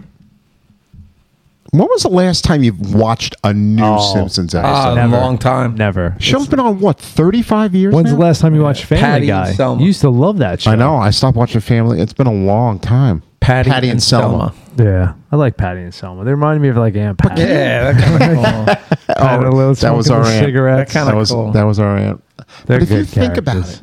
When was the last time you've watched a new Oh. Simpsons Ah, episode? a Never. long time. Never. Show's been on what thirty five years. When's now? the last time you watched Family Patty and Guy? Selma. You used to love that show. I know. I stopped watching Family. It's been a long time. Patty, and, Selma. Yeah, I like Patty and Selma. They remind me of like Aunt Patty. Yeah, that *laughs* kind of cool. Patty and Lil Oh, that was smoking our the aunt. cigarettes. That That kinda was cool. that was our uh, aunt. They're but if you good think about characters. it,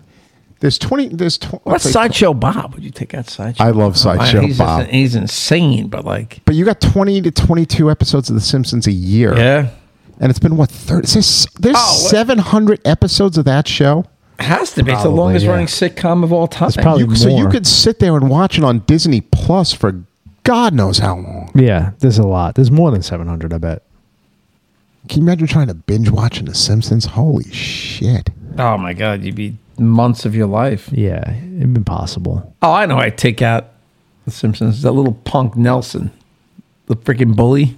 there's twenty. There's tw- What's like- Sideshow Bob? Would you take out Sideshow? I love Bob? Sideshow he's just- Bob. he's insane, but like, But you got twenty to twenty two episodes of The Simpsons a year. yeah, and it's been what thirty? There's, there's Oh, what- seven hundred episodes of that show. has to be. it's the Probably, longest yeah. running sitcom of all time. probably- You, so you more. could sit there and watch it on Disney Plus for God knows how long. Yeah, there's a lot. There's more than 700, I bet. Can you imagine trying to binge watching The Simpsons? Holy shit! oh my god, you'd be months of your life. Yeah, impossible. Oh, I know. I take out the Simpsons. That little punk Nelson, the freaking bully.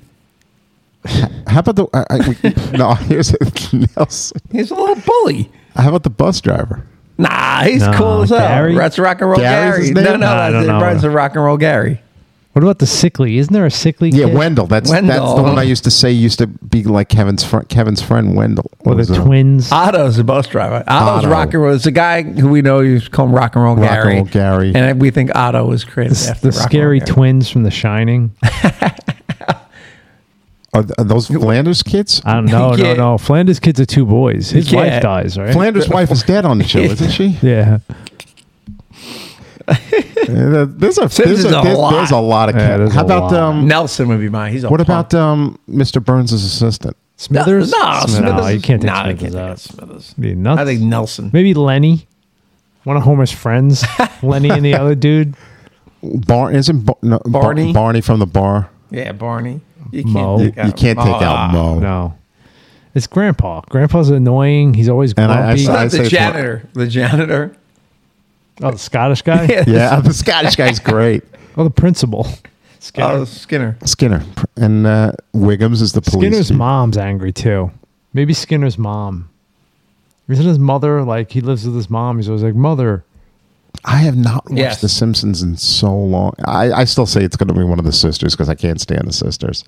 How about the I, I, *laughs* we- no? Here's *laughs* Nelson. He's a little bully. How about the bus driver? Nah, he's No, cool as hell. Gary? That's rock and roll Gary's Gary. his No, no, name? Nah, I that's don't it. know. Brian's a rock and roll Gary. What about the sickly? Isn't there a sickly? Yeah, kid? Wendell. That's that's the Wendell. one I used to say used to be like Kevin's friend. Kevin's friend Wendell. What Or the was it? twins? Otto's a bus driver. Otto's Otto. rock and roll. It's a guy who we know. You call him Rock and Roll Rock and Gary. Roll Gary. And we think Otto was created the after the Rock and scary Roll Gary. twins from The *laughs* Shining. Are, th- are those Flanders kids? I don't know. Yeah. No, no. Flanders kids are two boys. His Yeah. wife dies, right? Flanders' wife is dead on the show, isn't she? *laughs* yeah. Uh, There's a Simpsons there's a, a there's, lot. there's a lot of Yeah, kids. there's How a about lot. um? Nelson would be mine. He's a What punk. about um? Mr. Burns' assistant. Smithers? No, Smithers. No, you is- can't take nah, I Smithers can't out. take Smithers. Be nuts. I think Nelson. Maybe Lenny. One of *laughs* Homer's friends, Lenny and the other dude, Bar isn't Bar- no, Bar- Barney? Barney from the bar. Yeah, Barney. You Mo. can't take You can't take out Mo. Ah, No. It's Grandpa. Grandpa's annoying. He's always And I- I grumpy. saw- Not I'd the say for- janitor. The janitor. oh, the Scottish guy? *laughs* Yeah. Yeah, *laughs* the Scottish guy's great. Oh, the principal. Oh, Skinner. Skinner and uh, Wiggums is the police. Skinner's chief. mom's angry too. Maybe Skinner's mom. Isn't his mother like he lives with his mom? He's always like, Mother, I have not watched Yes. The Simpsons in so long. I, I still say it's going to be one of the sisters because I can't stand the sisters.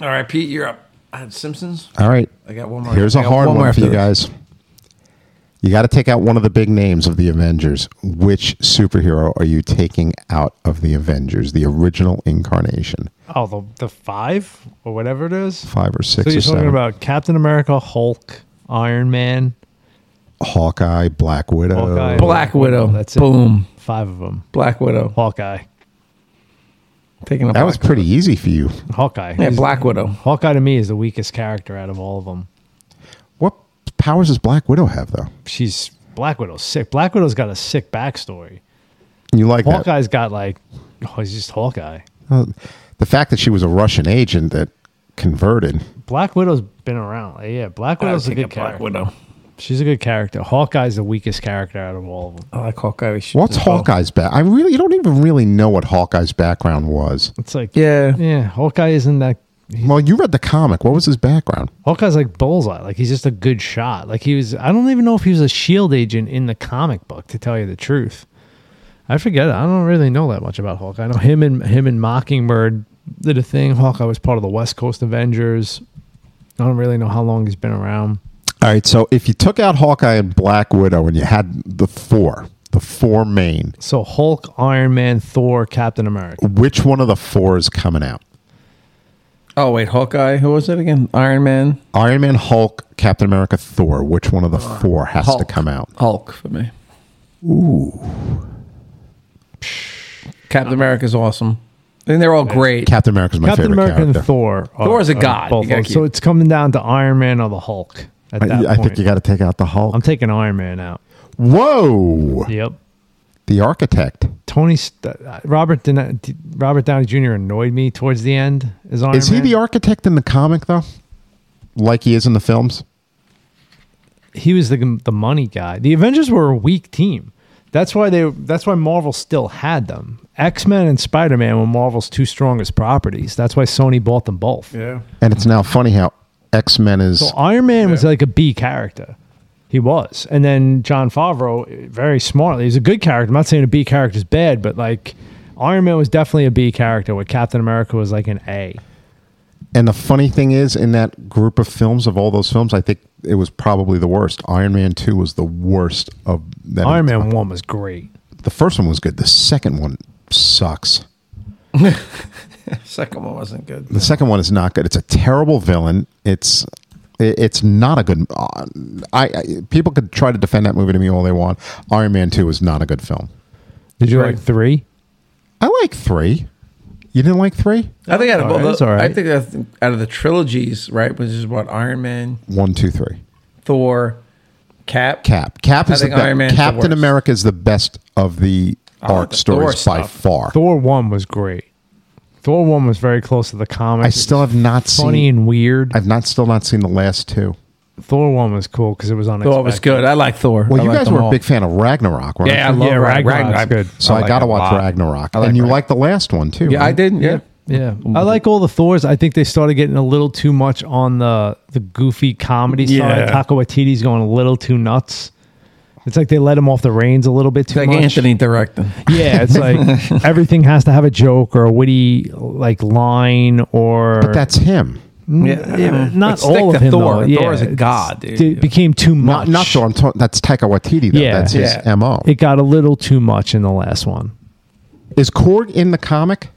All right, Pete, you're up. I had Simpsons. All right. I got one more. Here's I a got hard one, more for you after this. guys. You got to take out one of the big names of the Avengers. Which superhero are you taking out of the Avengers, the original incarnation? Oh, the, the five or whatever it is. Five or six So you're or seven. talking about Captain America, Hulk, Iron Man, Hawkeye, Black Widow. Hawkeye. Black Widow. That's it. Boom. five of them. Black Widow. Hawkeye, Taking a That Black was pretty easy for you. Hawkeye. Yeah, He's- Black Widow. Hawkeye to me is the weakest character out of all of them. What powers does Black Widow have, though? She's Black Widow's sick. Black Widow's got a sick backstory. You like that? Hawkeye's got like, oh, he's just Hawkeye. Uh, the fact that she was a Russian agent that converted. Black Widow's been around. Like, Yeah, Black I would Widow's a take good a Black character. Widow. She's a good character. Hawkeye's the weakest character out of all of them. I like Hawkeye. We should What's just go. Hawkeye's back? I really you don't even really know what Hawkeye's background was. It's like Yeah. yeah. Hawkeye isn't that. he- Well, you read the comic. What was his background? Hawkeye's like bullseye. Like he's just a good shot. Like he was. I don't even know if he was a Shield agent in the comic book. To tell you the truth, I forget. I don't really know that much about Hawkeye. I know him and him and Mockingbird did a thing. Hawkeye was part of the West Coast Avengers. I don't really know how long he's been around. All right, so if you took out Hawkeye and Black Widow and you had the four, the four main, So Hulk, Iron Man, Thor, Captain America. which one of the four is coming out? Oh wait, Hawkeye. Who was it again? Iron Man. Iron Man, Hulk, Captain America, Thor. Which one of the Uh, four has to Hulk. come out? Hulk for me. Ooh. Captain America's awesome. I think they're all great. Captain America's my Captain favorite America character. and Thor. Are, Thor's a are god. both You gotta of them. so keep- it's coming down to Iron Man or the Hulk at that I, I point. think you got to take out the Hulk. I'm taking Iron Man out. Whoa, Yep. the Architect. Tony St- uh, Robert Den- Robert Downey Jr. annoyed me towards the end. Is Iron Is he Man. the architect in the comic though? Like he is in the films? he was the the money guy. The Avengers were a weak team. That's why they. That's why Marvel still had them. X Men and Spider Man were Marvel's two strongest properties. That's why Sony bought them both. Yeah. And it's now funny how X Men is So Iron Man was like a B character. He was. And then John Favreau, eh, very smartly, he's a good character. I'm not saying a B character is bad, but like Iron Man was definitely a B character, where Captain America was like an A. and the funny thing is in that group of films of all those films, I think it was probably the worst. Iron Man two was the worst of that. Iron Man 1 was great. The first one was good. The second one sucks. Second one wasn't good. The second one is not good. It's a terrible villain. It's it- it's not a good. I, I people could try to defend that movie to me all they want. Iron Man two is not a good film. Did you Right. like 3? I like three. You didn't like three? I think out of All all right, it's the, all right. I think that's out of the trilogies, right? Which is what Iron Man, One, two, three. Thor, Cap. Cap. Cap I is the think best. Iron Man's the Captain worst. America is the best of the Oh, arc the stories Thor by stuff. far. Thor 1 was great. Thor 1 was very close to the comics. I still have not Funny seen. and weird. I've not still not seen the last two. Thor 1 was cool because it was on Thor was good. I like Thor. Well, I you like guys them were a all. big fan of Ragnarok, weren't Yeah, I you? love Yeah, Ragnarok. Ragnarok's Ragnarok. good. So I, like got to it a watch lot. Ragnarok, I like and you Ragnarok. liked the last one too. Yeah, I right? did. Yeah. Mm-hmm. Yeah, I like all the Thors. I think they started getting a little too much on the the goofy comedy Yeah. side. Taika Waititi's going a little too nuts. It's like they let him off the reins a little bit too Like much. Anthony directing. *laughs* Yeah, it's like everything has to have a joke or a witty like line or But that's him. Yeah. not But stick all of to him. Thor. though. Thor is a it's- god, dude. It became too much. Not not Thor. I'm talking. That's Taika Waititi. Though. Yeah. that's his Yeah. mo. It got a little too much in the last one. Is Korg in the comic?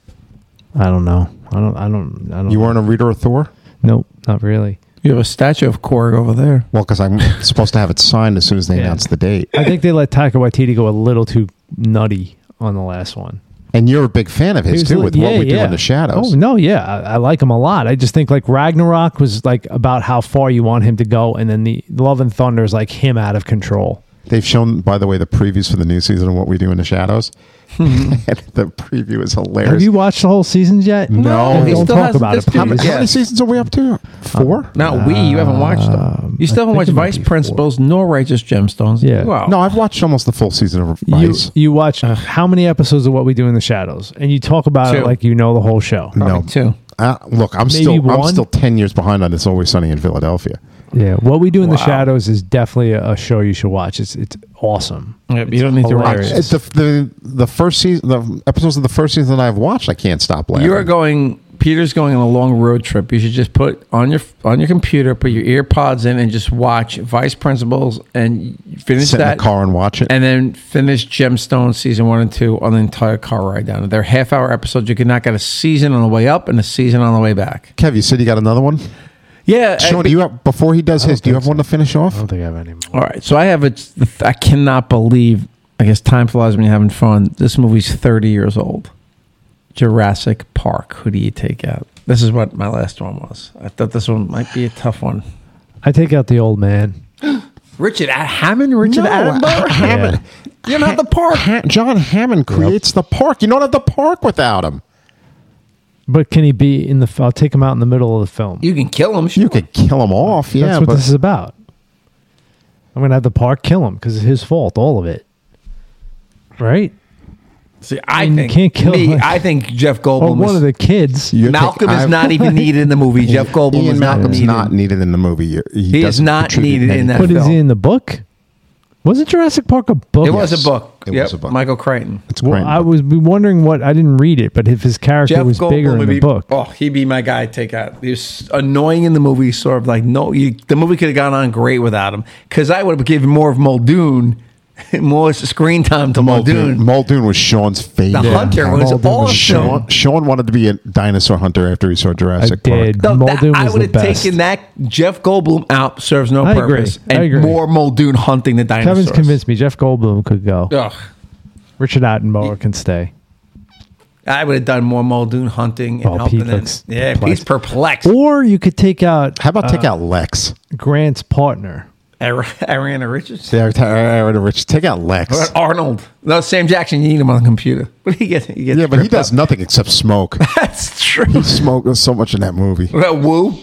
I don't know. I don't. I don't. I don't. You weren't a reader of Thor. Nope. Not really. You have a statue of Korg over there. Well, because I'm *laughs* supposed to have it signed as soon as they Yeah. announce the date. I think they let Taika Waititi go a little too nutty on the last one. And you're a big fan of his He was too, li- with yeah, what we do yeah. in the shadows. Oh no, yeah, I, I like him a lot. I just think like Ragnarok was like about how far you want him to go, and then the Love and Thunder is like him out of control. They've shown, by the way, the previews for the new season of What We Do in the Shadows. Hmm. *laughs* and the preview is hilarious. Have you watched the whole seasons yet? No. He don't still talk hasn't about it. how, distributed many- Please. how many Yes. Uh, seasons are we up to? Four? Not we. You haven't watched them. Um, You still haven't think watched it might Vice be Principals nor Righteous Gemstones. Yeah. Wow. No, I've watched almost the full season of You, Vice. you watch how many episodes of What We Do in the Shadows, and you talk about Two. it like you know the whole show. no, two. Uh, look, I'm Maybe still I'm one? still ten years behind on It's Always Sunny in Philadelphia. Yeah, what we do in Wow. the shadows is definitely a, a show you should watch. It's it's awesome. Yep, you don't need to hilarious. watch It's the, the the first season, the episodes of the first season that I've watched, I can't stop laughing. You are going. Peter's going on a long road trip. You should just put on your on your computer, put your ear pods in, and just watch Vice Principals and finish sit that in the car and watch it. and then finish Gemstone season one and two on the entire car ride down. They're half hour episodes. You could not get a season on the way up and a season on the way back. Kev, you said you got another one. Yeah. I- Sean, do you have, before he does his, do you have one to finish off? I don't think I have any more. all right. So I have it. I cannot believe. I guess time flies when you're having fun. This movie's 30 years old. Jurassic Park. Who do you take out? This is what my last one was. I thought this one might be a tough one. I take out the old man. Richard A- Hammond, Richard No, Attenborough. I haven't. *laughs* You're not the park. Ha- John Hammond creates the park. You don't have the park without him. But can he be in the? f- I'll take him out in the middle of the film. You can kill him. You could kill him off. Yeah, That's what but this is about. I'm gonna have the park kill him because it's his fault, all of it. Right? See, I you think can't kill me, him. I think Jeff Or Goldblum. one is- of the kids. you're Malcolm taking- is I've- not even needed in the *laughs* movie. Jeff Goldblum Ian is not Malcolm's needed. not needed in the movie. You- He, He is doesn't not contribute needed in anything. that But is film. he in the book? Wasn't Jurassic Park a book? It was a Yes, book. it Yep, was a book. Michael Crichton. It's Well, great. I was be wondering what I didn't read it, but if his character Jeff was bigger Goldblum in would the be. book, Oh, he'd be my guy. to Take out. He was annoying in the movie. Sort of like no, you, the movie could have gone on great without him because I would have given more of Muldoon, *laughs* more screen time to Muldoon. Muldoon. Muldoon was Sean's favorite. The hunter was Muldoon was awesome. Sean, Sean wanted to be a dinosaur hunter after he saw I Jurassic Park. did. No, that- Muldoon I was would the have best. taken that Jeff Goldblum out serves no I agree. purpose, I and agree. more Muldoon hunting the dinosaurs. Kevin's convinced me Jeff Goldblum could go. Ugh. Richard Attenborough can stay. I would have done more Muldoon hunting and Oh, helping Pete them. looks Yeah, he's perplexed. perplexed. Or you could take out How about take out Lex? Grant's partner. Ari- Ariana Richards. There, t- Aaron Rich, take out Lex. Or Arnold. No, Sam Jackson. You need him on the computer. *laughs* But he gets. He gets Yeah, but he tripped does up. nothing except smoke. *laughs* That's true. he smoked so much in that movie. Well, *laughs* Woo,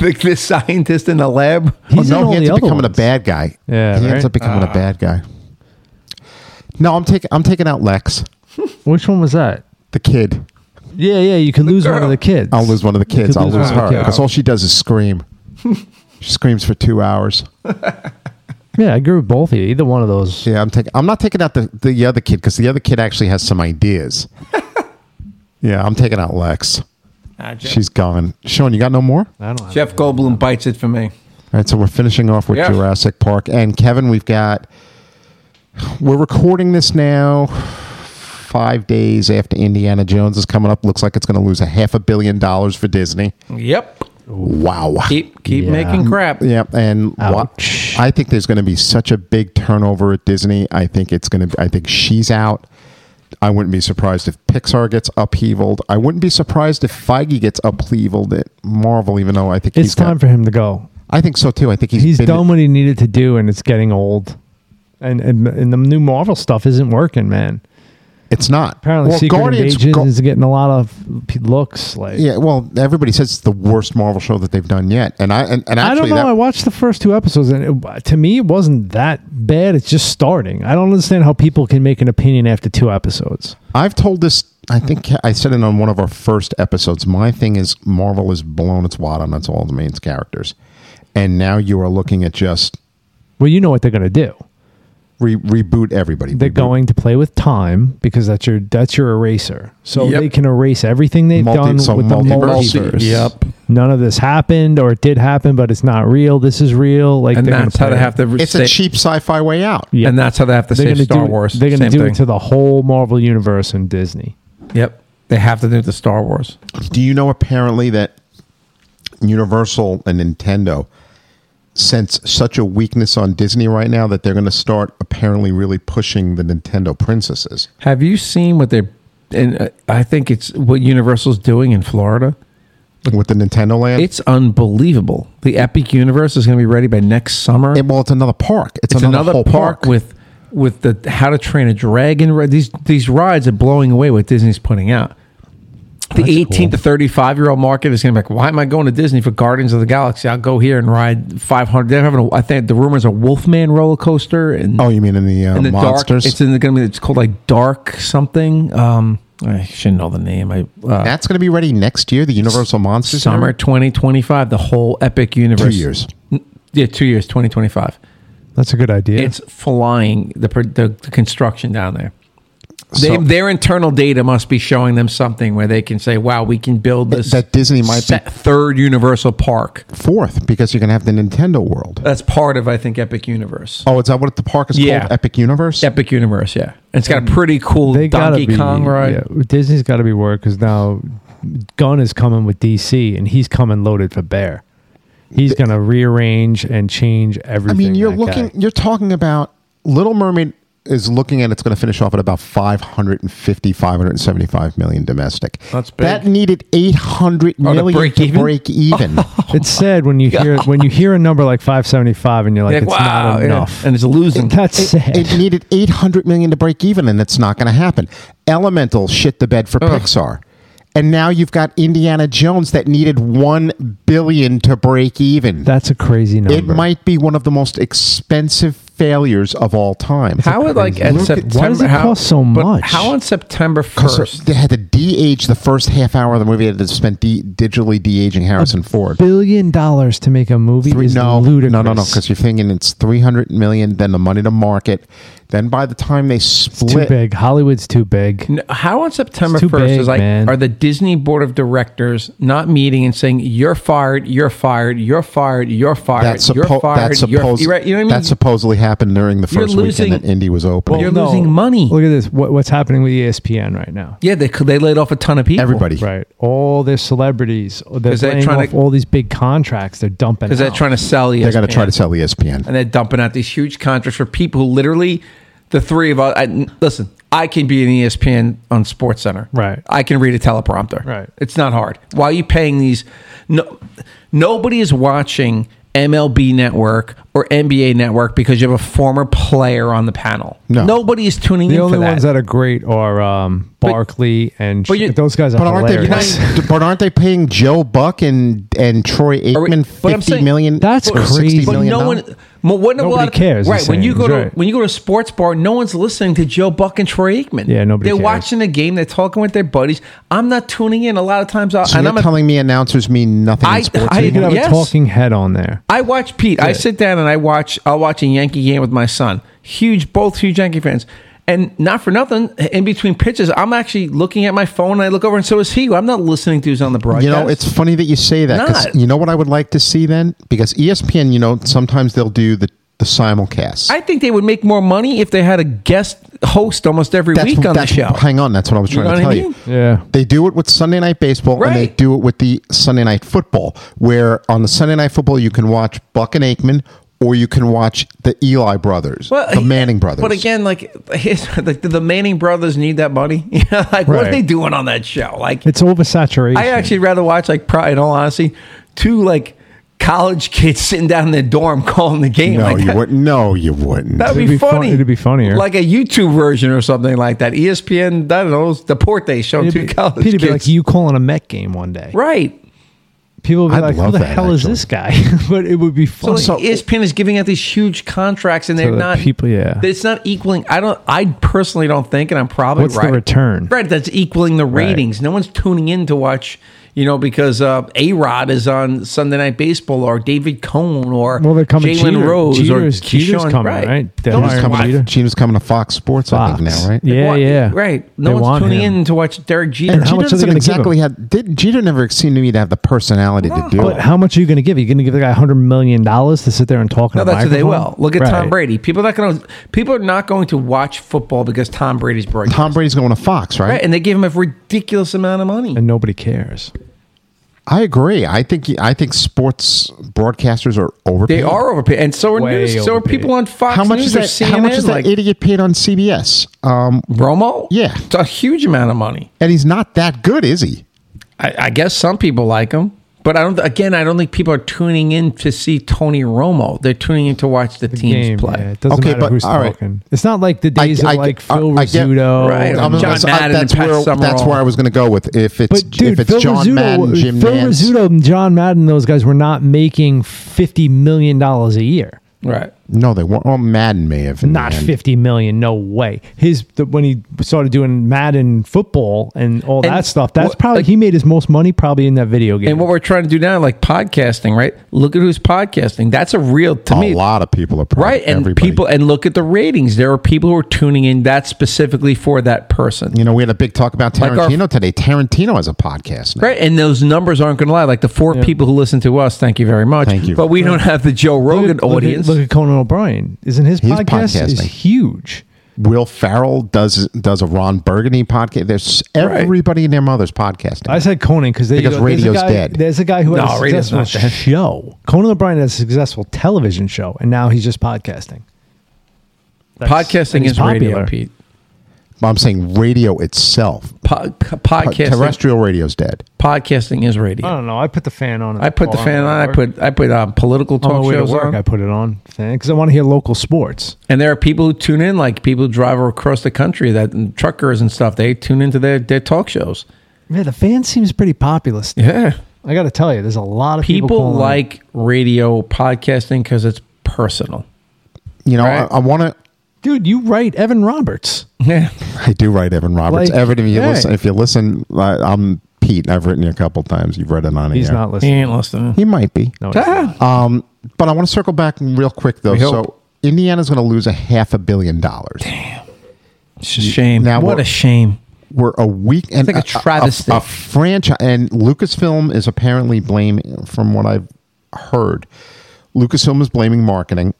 the, the scientist in the lab. He's in no, all he ends the up other becoming a ones. bad guy. Yeah, he ends right? up becoming Ah. a bad guy. No, I'm taking I'm taking out Lex, Which one was that? the kid. Yeah, yeah. You could lose one girl. of the kids. I'll lose one of the kids. could I'll lose lose one of her the kids. because all she does is *laughs* scream. she screams for two hours. Yeah, I agree with both of you. Either one of those. Yeah, I'm taking. I'm not taking out the the other kid because the other kid actually has some *laughs* ideas. yeah, I'm taking out Lex. Ah, Jeff, She's gone. Sean, you got no more? I don't. Have Jeff Goldblum bites it for me. All right, so we're finishing off with Yeah. Jurassic Park. And Kevin, we've got we're recording this now five days after Indiana Jones is coming up. Looks like it's gonna lose a half a billion dollars for Disney. Yep. Wow. Keep keep Yeah. making crap. Yeah, and wa- Ouch. I think there's going to be such a big turnover at Disney. I think it's going to. I think she's out. I wouldn't be surprised if Pixar gets upheavaled. I wouldn't be surprised if Feige gets upheavaled at Marvel. Even though I think it's he's got- time for him to go. I think so too. I think he's He's been- done what he needed to do, and it's getting old. And and, and the new Marvel stuff isn't working, man. It's not Apparently, Well, Secret Guardians- Invasion Gu- is getting a lot of p- looks. Like, yeah, well, everybody says it's the worst Marvel show that they've done yet, and I and, and I actually don't know. that- I watched the first two episodes, and it, to me, it wasn't that bad. It's just starting. I don't understand how people can make an opinion after two episodes. I've told this. I think I said it on one of our first episodes. My thing is Marvel has blown its wad on its all the main characters, and now you are looking at just Well, you know what they're going to do. re- reboot everybody. They're Reboot going to play with time because that's your that's your eraser. So Yep. they can erase everything they've Multi- done so with multiverse. the multiverse. Yep. None of this happened, or it did happen, but it's not real. This is real. Like And they're gonna that's how play they it. have to. re- It's stay- a cheap sci-fi way out. Yeah. And that's how they have to They're save gonna Star do, Wars. They're going Same to do thing. it to the whole Marvel universe and Disney. Yep. They have to do it to Star Wars. Do you know apparently that Universal and Nintendo sense such a weakness on Disney right now that they're going to start apparently really pushing the Nintendo princesses. Have you seen what they're? And uh, I think it's what Universal's doing in Florida. with the Nintendo Land. It's unbelievable. The Epic Universe is going to be ready by next summer. It- well, it's another park. It's, it's another, another, whole park, park. with with the How to Train a Dragon. ri- These these rides are blowing away what Disney's putting out. The 18 to 35 year old market is going to be like, why am I going to Disney for Guardians of the Galaxy? I'll go here and ride 500. They're having, a, I think the rumors are Wolfman roller coaster and oh, you mean in the, uh, in the monsters? dark. It's in the, gonna be. It's called like dark something. Um, I shouldn't know the name. I uh, That's going to be ready next year. The Universal Monsters summer 2025. The whole epic universe. Two years. N- Yeah, two years. 2025. That's a good idea. It's flying. The, pro- the the construction down there. They, So- their internal data must be showing them something where they can say, "Wow, we can build this." That Disney might be- set third Universal Park. fourth because you're going to have the Nintendo World. That's part of I think Epic Universe. Oh, is that what the park is Uh, Yeah. called? Epic Universe. Epic Universe, yeah. And it's got a pretty cool they gotta Donkey be, Kong ride. yeah, Disney's got to be worried because now Gunn is coming with DC and he's coming loaded for bear. He's gonna rearrange and change I everything. mean, you're that looking. guy- You're talking about Little Mermaid is looking at it's going to finish off at about 550 575 million domestic That's big. Oh, that needed 800 to million break to even? *laughs* break even It's Oh sad when you hear when you hear a number like five seventy five and you're like, Like, it's wow, not yeah. enough. And it's losing. That's sad. it needed 800 million to break even and it's not going to happen elemental shit the bed for pixar and now you've got indiana jones that needed 1 billion to break even That's a crazy number. it might be one of the most expensive failures of all time How would like at Look at- September? why does it how, cost so but much? uh, How on September So first? they had to de-age the first half hour of the movie. They had to spend de- digitally de-aging Harrison Ford. billion dollars to make a movie Three- is no, ludicrous. no, no, no, because you're thinking it's three hundred million, then the money to market, then by the time they it's too split, big. Hollywood's too big. How on September It's too first big, is like man. are the Disney board of directors not meeting and saying you're fired, you're fired, you're fired, you're fired, that's you're suppo- fired, that's you're supposed you're right, you know what I mean? that supposedly happened during the You're first losing- weekend that Indy was open. you're losing money. Look at this. What, what's happening with E ESPN right now? yeah, they they laid off a ton of people. Everybody, Right, all their celebrities. They're 'Cause they're laying trying off to- all these big contracts. They're dumping. because they're out. trying to sell. E ESPN. they're going to try to sell E ESPN. and they're dumping out these huge contracts for people who literally the three of us I, listen i can be an E espn on sports center Right. i can read a teleprompter Right. it's not hard why are you paying these no nobody is watching mlb network or nba network because you have a former player on the panel No. nobody is tuning The in only for that. ones that are great are um, Barkley and but you- sh- those guys are But aren't they hilarious. *laughs* paying? but aren't they paying Joe Buck and and Troy we- Aikman but I'm fifty saying- million? That's or crazy. Sixty but million no dollars? one, mo- what a Nobody lot of- cares, Right he's when you saying. go He's to right. when you go to a sports bar, no one's listening to Joe Buck and Troy Aikman. Yeah, nobody They're cares. watching the game. They're talking with their buddies. I'm not tuning in. A lot of times, I, So and you're I'm a, telling me announcers mean nothing I- in sports I- you could anymore? have Yes. a talking head on there. I watch Pete. I sit down and I watch. I'll watch a Yankee game with my son. Huge, both huge Yankee fans. And not for nothing, in between pitches, I'm actually looking at my phone. And I look over, and so is he. I'm not listening to who's on the broadcast. You know, it's funny that you say that. 'cause Not. You know what I would like to see then? Because E ESPN, you know, sometimes they'll do the, the simulcast. I think they would make more money if they had a guest host almost every week on the that's- show. Hang on, that's what I was You trying know to what tell I mean? you. Yeah. They do it with Sunday Night Baseball and they Right. do it with the Sunday Night Football, where on the Sunday Night Football you can watch Buck and Aikman or you can watch the Eli brothers, the he- Manning brothers. But again, like, his, *laughs* like did the Manning brothers need that money? *laughs* Yeah, like what are Right. they doing on that show? Like, It's oversaturation. I actually rather watch like, probably in all honesty, two like college kids sitting down in their dorm *laughs* calling the game. no, like, you that, wouldn't. No, you wouldn't. that'd be, It'd be fun- funny. it'd be funnier. like a YouTube version or something like that. E ESPN, I don't know, it's Deportes show It'd two be, college Peter kids. be like you calling a Met game one day. right. People would be I'd like, "Who love the that, hell is actually. this guy?" *laughs* but it would be Oh, So, E fun. like, ESPN is giving out these huge contracts, and they're the not people, yeah. It's not equaling. I don't. I personally don't think, and I'm probably What's the right. return? Right, that's equaling the ratings. No one's tuning in to watch, you know, because uh, A Rod is on Sunday Night Baseball, or David Cohn, or well, they're coming. Jalen Jeter. Rose, Jeter's, or Jeter's Keyshawn- coming, right? They're No one's hiring coming. Jeter. Gino's coming to Fox Sports, I think Fox. now, right? Yeah, Why- yeah. right. No They one's want tuning him. in to watch Derek Jeter. And how Jeter much are they doesn't gonna give exactly have. Did, Jeter never seemed to me to have the personality to do But it. how much are you going to give? Are you going to give the guy hundred million dollars to sit there and talk? No, that's what they will. Look at Tom Brady. Brady. People are not going to. People are not going to watch football because Tom Brady's broken. Tom Brady's going to Fox, right? Right, and they gave him a ridiculous amount of money. and nobody cares. I agree. I think I think sports broadcasters are overpaid. They are overpaid, and so are Way news. So are overpaid. people on Fox How much News is or that? CNN. How much is that like idiot paid on CBS? Um, Romo? Yeah. it's a huge amount of money. and he's not that good, is he? I, I guess some people like him, but I don't. Again, I don't think people are tuning in to see Tony Romo. They're tuning in to watch the, teams Game, play. yeah, it doesn't Okay, matter but- who's all right. talking. It's not like the days I- of I- like I- Phil I get- Rizzuto. Right, and- I mean, John that's, Madden that's and Pat where that's Summerall. where I was going to go with. If it's but dude, if it's Phil John Rizzuto, Madden, Jim Phil Nance, Rizzuto, and John Madden, those guys were not making fifty million dollars a year. Right. No, they weren't. Well, Madden may have. in Not the end. 50 million, no way. His the, when he started doing Madden football and all And that stuff, that's what- probably like- he made his most money probably in that video game. And what we're trying to do now, like podcasting, right? Look at who's podcasting. That's a real to A me. lot of people are pro- Right. And everybody. people and look at the ratings. There are people who are tuning in that specifically for that person. You know, we had a big talk about Like our- Tarantino today. Tarantino has a podcast now. Right. And those numbers aren't gonna lie. Like the four people who listen to us, thank you very much. Thank you. But we don't have the Joe Rogan look, at- audience. Look at Conan O'Brien. Isn't his He's podcast is podcasting. huge? Will Farrell does does a Ron Burgundy podcast. There's everybody and their mother's podcasting. I said Conan because Because radio's guy, dead. There's a guy who No, has a radio's successful not dead. show. Conan O'Brien has a successful television show, and now he's just podcasting. That's- and podcasting he's is radio, popular. Pete. I'm saying radio itself. Po- co- But podcasting, Terrestrial radio's dead. podcasting is radio. I don't know. I put the fan on. at I put the bar fan Oh. at on. I work. put I put um, political on talk the way to shows work. on. I put it on because I want to hear local sports. And there are people who tune in, like people who drive across the country, that and truckers and stuff. They tune into their, their talk shows. Yeah, the fan seems pretty popular. still. Yeah, I got to tell you, there's a lot of people, people, calling. like radio podcasting because it's personal. *laughs* You know, Right. I, I want to. dude, you write Evan Roberts. Yeah, I do write Evan Roberts. Like, Evan, if you yeah. listen, if you listen, I, I'm Pete. I've written you a couple times. You've read it on He's air. not he listening. ain't listening. He might be. No, he's not. Ah, Um, but I want to circle back real quick though. We hope. So Indiana's going to lose a half a billion dollars. it's a shame. Now what we're- a shame. We're a week and like a travesty. A, franchise, and Lucasfilm is apparently blaming, from what I've heard, Lucasfilm is blaming marketing.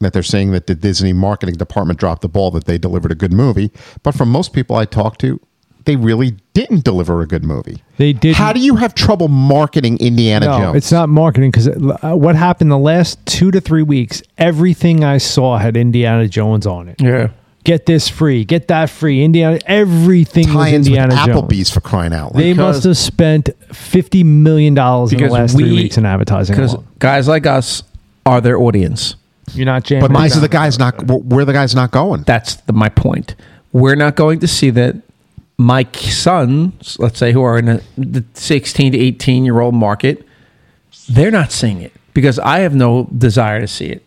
That they're saying that the Disney marketing department dropped the ball, that they delivered a good movie. But from most people I talked to, they really didn't deliver a good movie. They didn't. How do you have trouble marketing Indiana No, Jones? it's not marketing because uh, what happened the last two to three weeks, everything I saw had Indiana Jones on it. Yeah, Get this free, get that free. Indiana, everything was tie-ins Indiana with Jones. Applebee's for crying out loud. They Because- must have spent fifty million dollars in the Because last three we- weeks in advertising. because alone. guys like us are their audience. You're not jamming. but it these are down. the guys not where the guys not going. That's the, my point. We're not going to see that. My k- sons, let's say, who are in the- the 16 to 18 year old market, they're not seeing it because I have no desire to see it.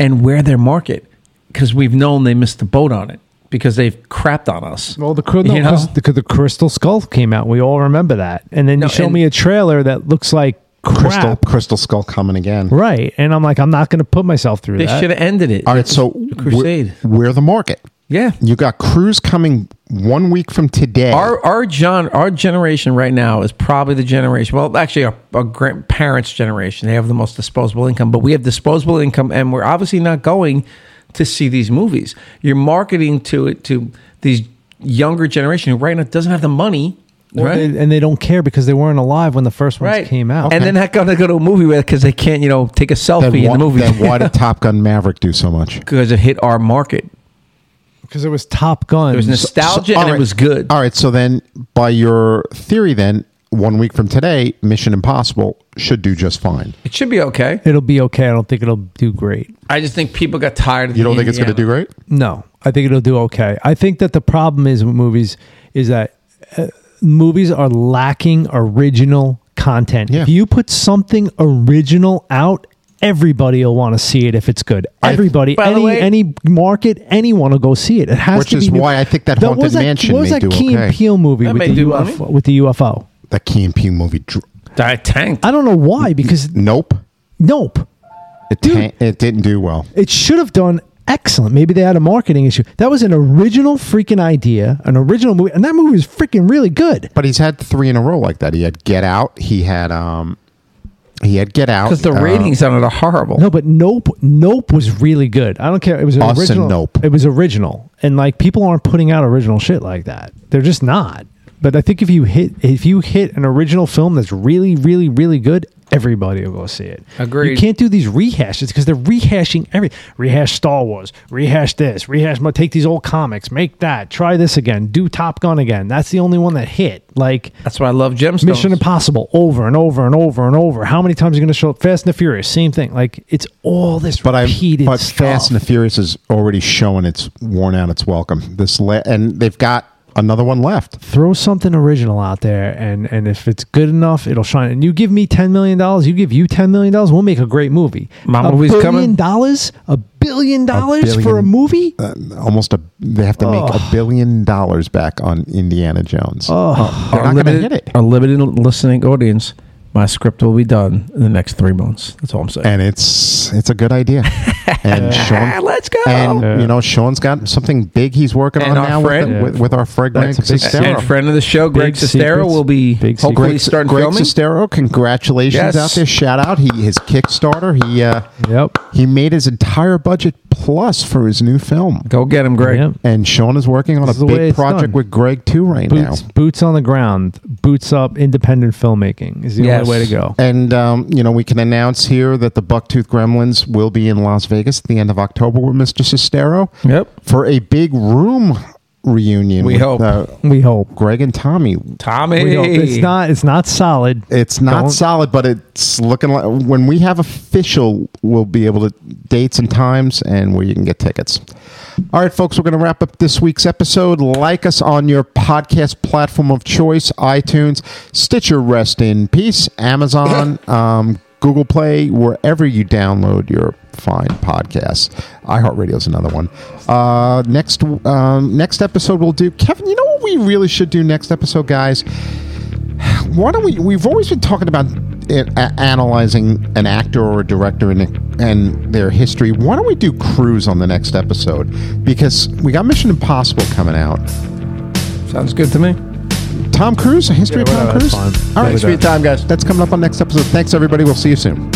And we're their market because we've known they missed the boat on it because they've crapped on us. Well, the, cr- no, You know? 'cause the, 'cause the Crystal Skull came out. We all remember that. And then No, you show and- me a trailer that looks like Crystal crap. Crystal Skull coming again. Right. And I'm like, I'm not going to put myself through they that. should have ended it. All right, so Crusade. We're, we're the market. Yeah. You got Cruise coming one week from today. Our, our, John, our generation right now is probably the generation, well, actually, our, our grandparents' generation. They have the most disposable income, but we have disposable income, and we're obviously not going to see these movies. You're marketing to it to these younger generation who right now doesn't have the money. Or right? they- and they don't care because they weren't alive when the first ones right. came out. And they're not going to go to a movie with because they can't, you know, take a then selfie in why, the movie. *laughs* then why did Top Gun Maverick do so much? because it hit our market. Because it was Top Gun. It was nostalgia So- all and right. it was good. All right, so then by your theory, then one week from today, Mission Impossible should do just fine. It should be okay. it'll be okay. I don't think it'll do great. I just think people got tired of You don't think it's going to do great? No, I think it'll do okay. I think that the problem is with movies is that uh, movies are lacking original content. Yeah. If you put something original out, everybody will want to see it if it's good. Everybody, By the any way- any market, anyone will go see it. It has Which to be is new. why I think that Haunted was Mansion What was may that do Key okay. and Peele movie That with may the, do UFO, money. with the UFO? That Key and Peele movie. dr- I tanked. I don't know why because Nope. nope. It, ta- it didn't do well. It should have done excellent. Maybe they had a marketing issue. That was an original freaking idea, an original movie, and that movie was freaking really good. But he's had three in a row like that. He had Get Out. He had um, he had Get Out Because the uh, ratings on it are horrible. No, but Nope, Nope was really good. I don't care. It was an Us and original. Nope. It was original, and like people aren't putting out original shit like that. They're just not. But I think if you hit if you hit an original film that's really really really good, everybody will go see it. Agreed. You can't do these rehashes because they're rehashing every rehash Star Wars, rehash this, rehash. mo- Take these old comics, make that, try this again, do Top Gun again. That's the only one that hit. Like That's why I love gemstones. Mission Impossible over and over and over and over. How many times are you going to show up? Fast and the Furious, same thing. Like it's all this But I repeated but stuff. Fast and the Furious is already showing it's worn out its welcome. This la- and they've got another one left. throw something original out there and and if it's good enough it'll shine and you give me 10 million dollars you give you 10 million dollars we'll make a great movie My a movie's billion coming. dollars a billion dollars for a billion. movie Uh, almost a they have to make a billion dollars back on Indiana Jones. oh They're our not going to limited, hit it. our limited listening audience, my script will be done in the next three months. That's all I'm saying. and it's it's a good *laughs* idea. And Ah, Sean, let's go. and And, you know, Sean's got something big he's working And on our now with, friend- the- with, with our Fred Greg That's a big Sestero. friend of the show, Greg Big Sestero, secrets. will be Big hopefully Greg, secrets. starting Greg filming. Sestero, congratulations Yes. out there! Shout out, he his Kickstarter. He uh, yep he made his entire budget plus for his new film, Go get him, Greg. Yep. and Sean is working on This is a the way big it's project done. with Greg too right now. boots boots on the ground boots up independent filmmaking is the Yes. only way to go And um, you know, we can announce here that the Bucktooth Gremlins will be in Las Vegas at the end of October with Mr. Sestero Yep. for a big room reunion. We with, hope. uh, we hope Greg and Tommy. Tommy. we hope it's not it's not solid It's not Don't- solid, but it's looking like when we have official, we'll be able to dates and times and where you can get tickets. All right, folks, we're going to wrap up this week's episode. Like us on your podcast platform of choice iTunes, Stitcher, Rest in Peace, Amazon, um, Google Play, wherever you download your fine podcasts. iHeartRadio is another one. Uh, next, um, next episode, we'll do. Kevin, you know what we really should do next episode, guys? why don't we we've always been talking about it, a- analyzing an actor or a director and and their history why don't we do cruise on the next episode because we got mission impossible coming out Sounds good to me. tom cruise a history Yeah, of tom whatever, cruise that's fine. all right Thanks for your time, guys. that's coming up on next episode thanks everybody we'll see you soon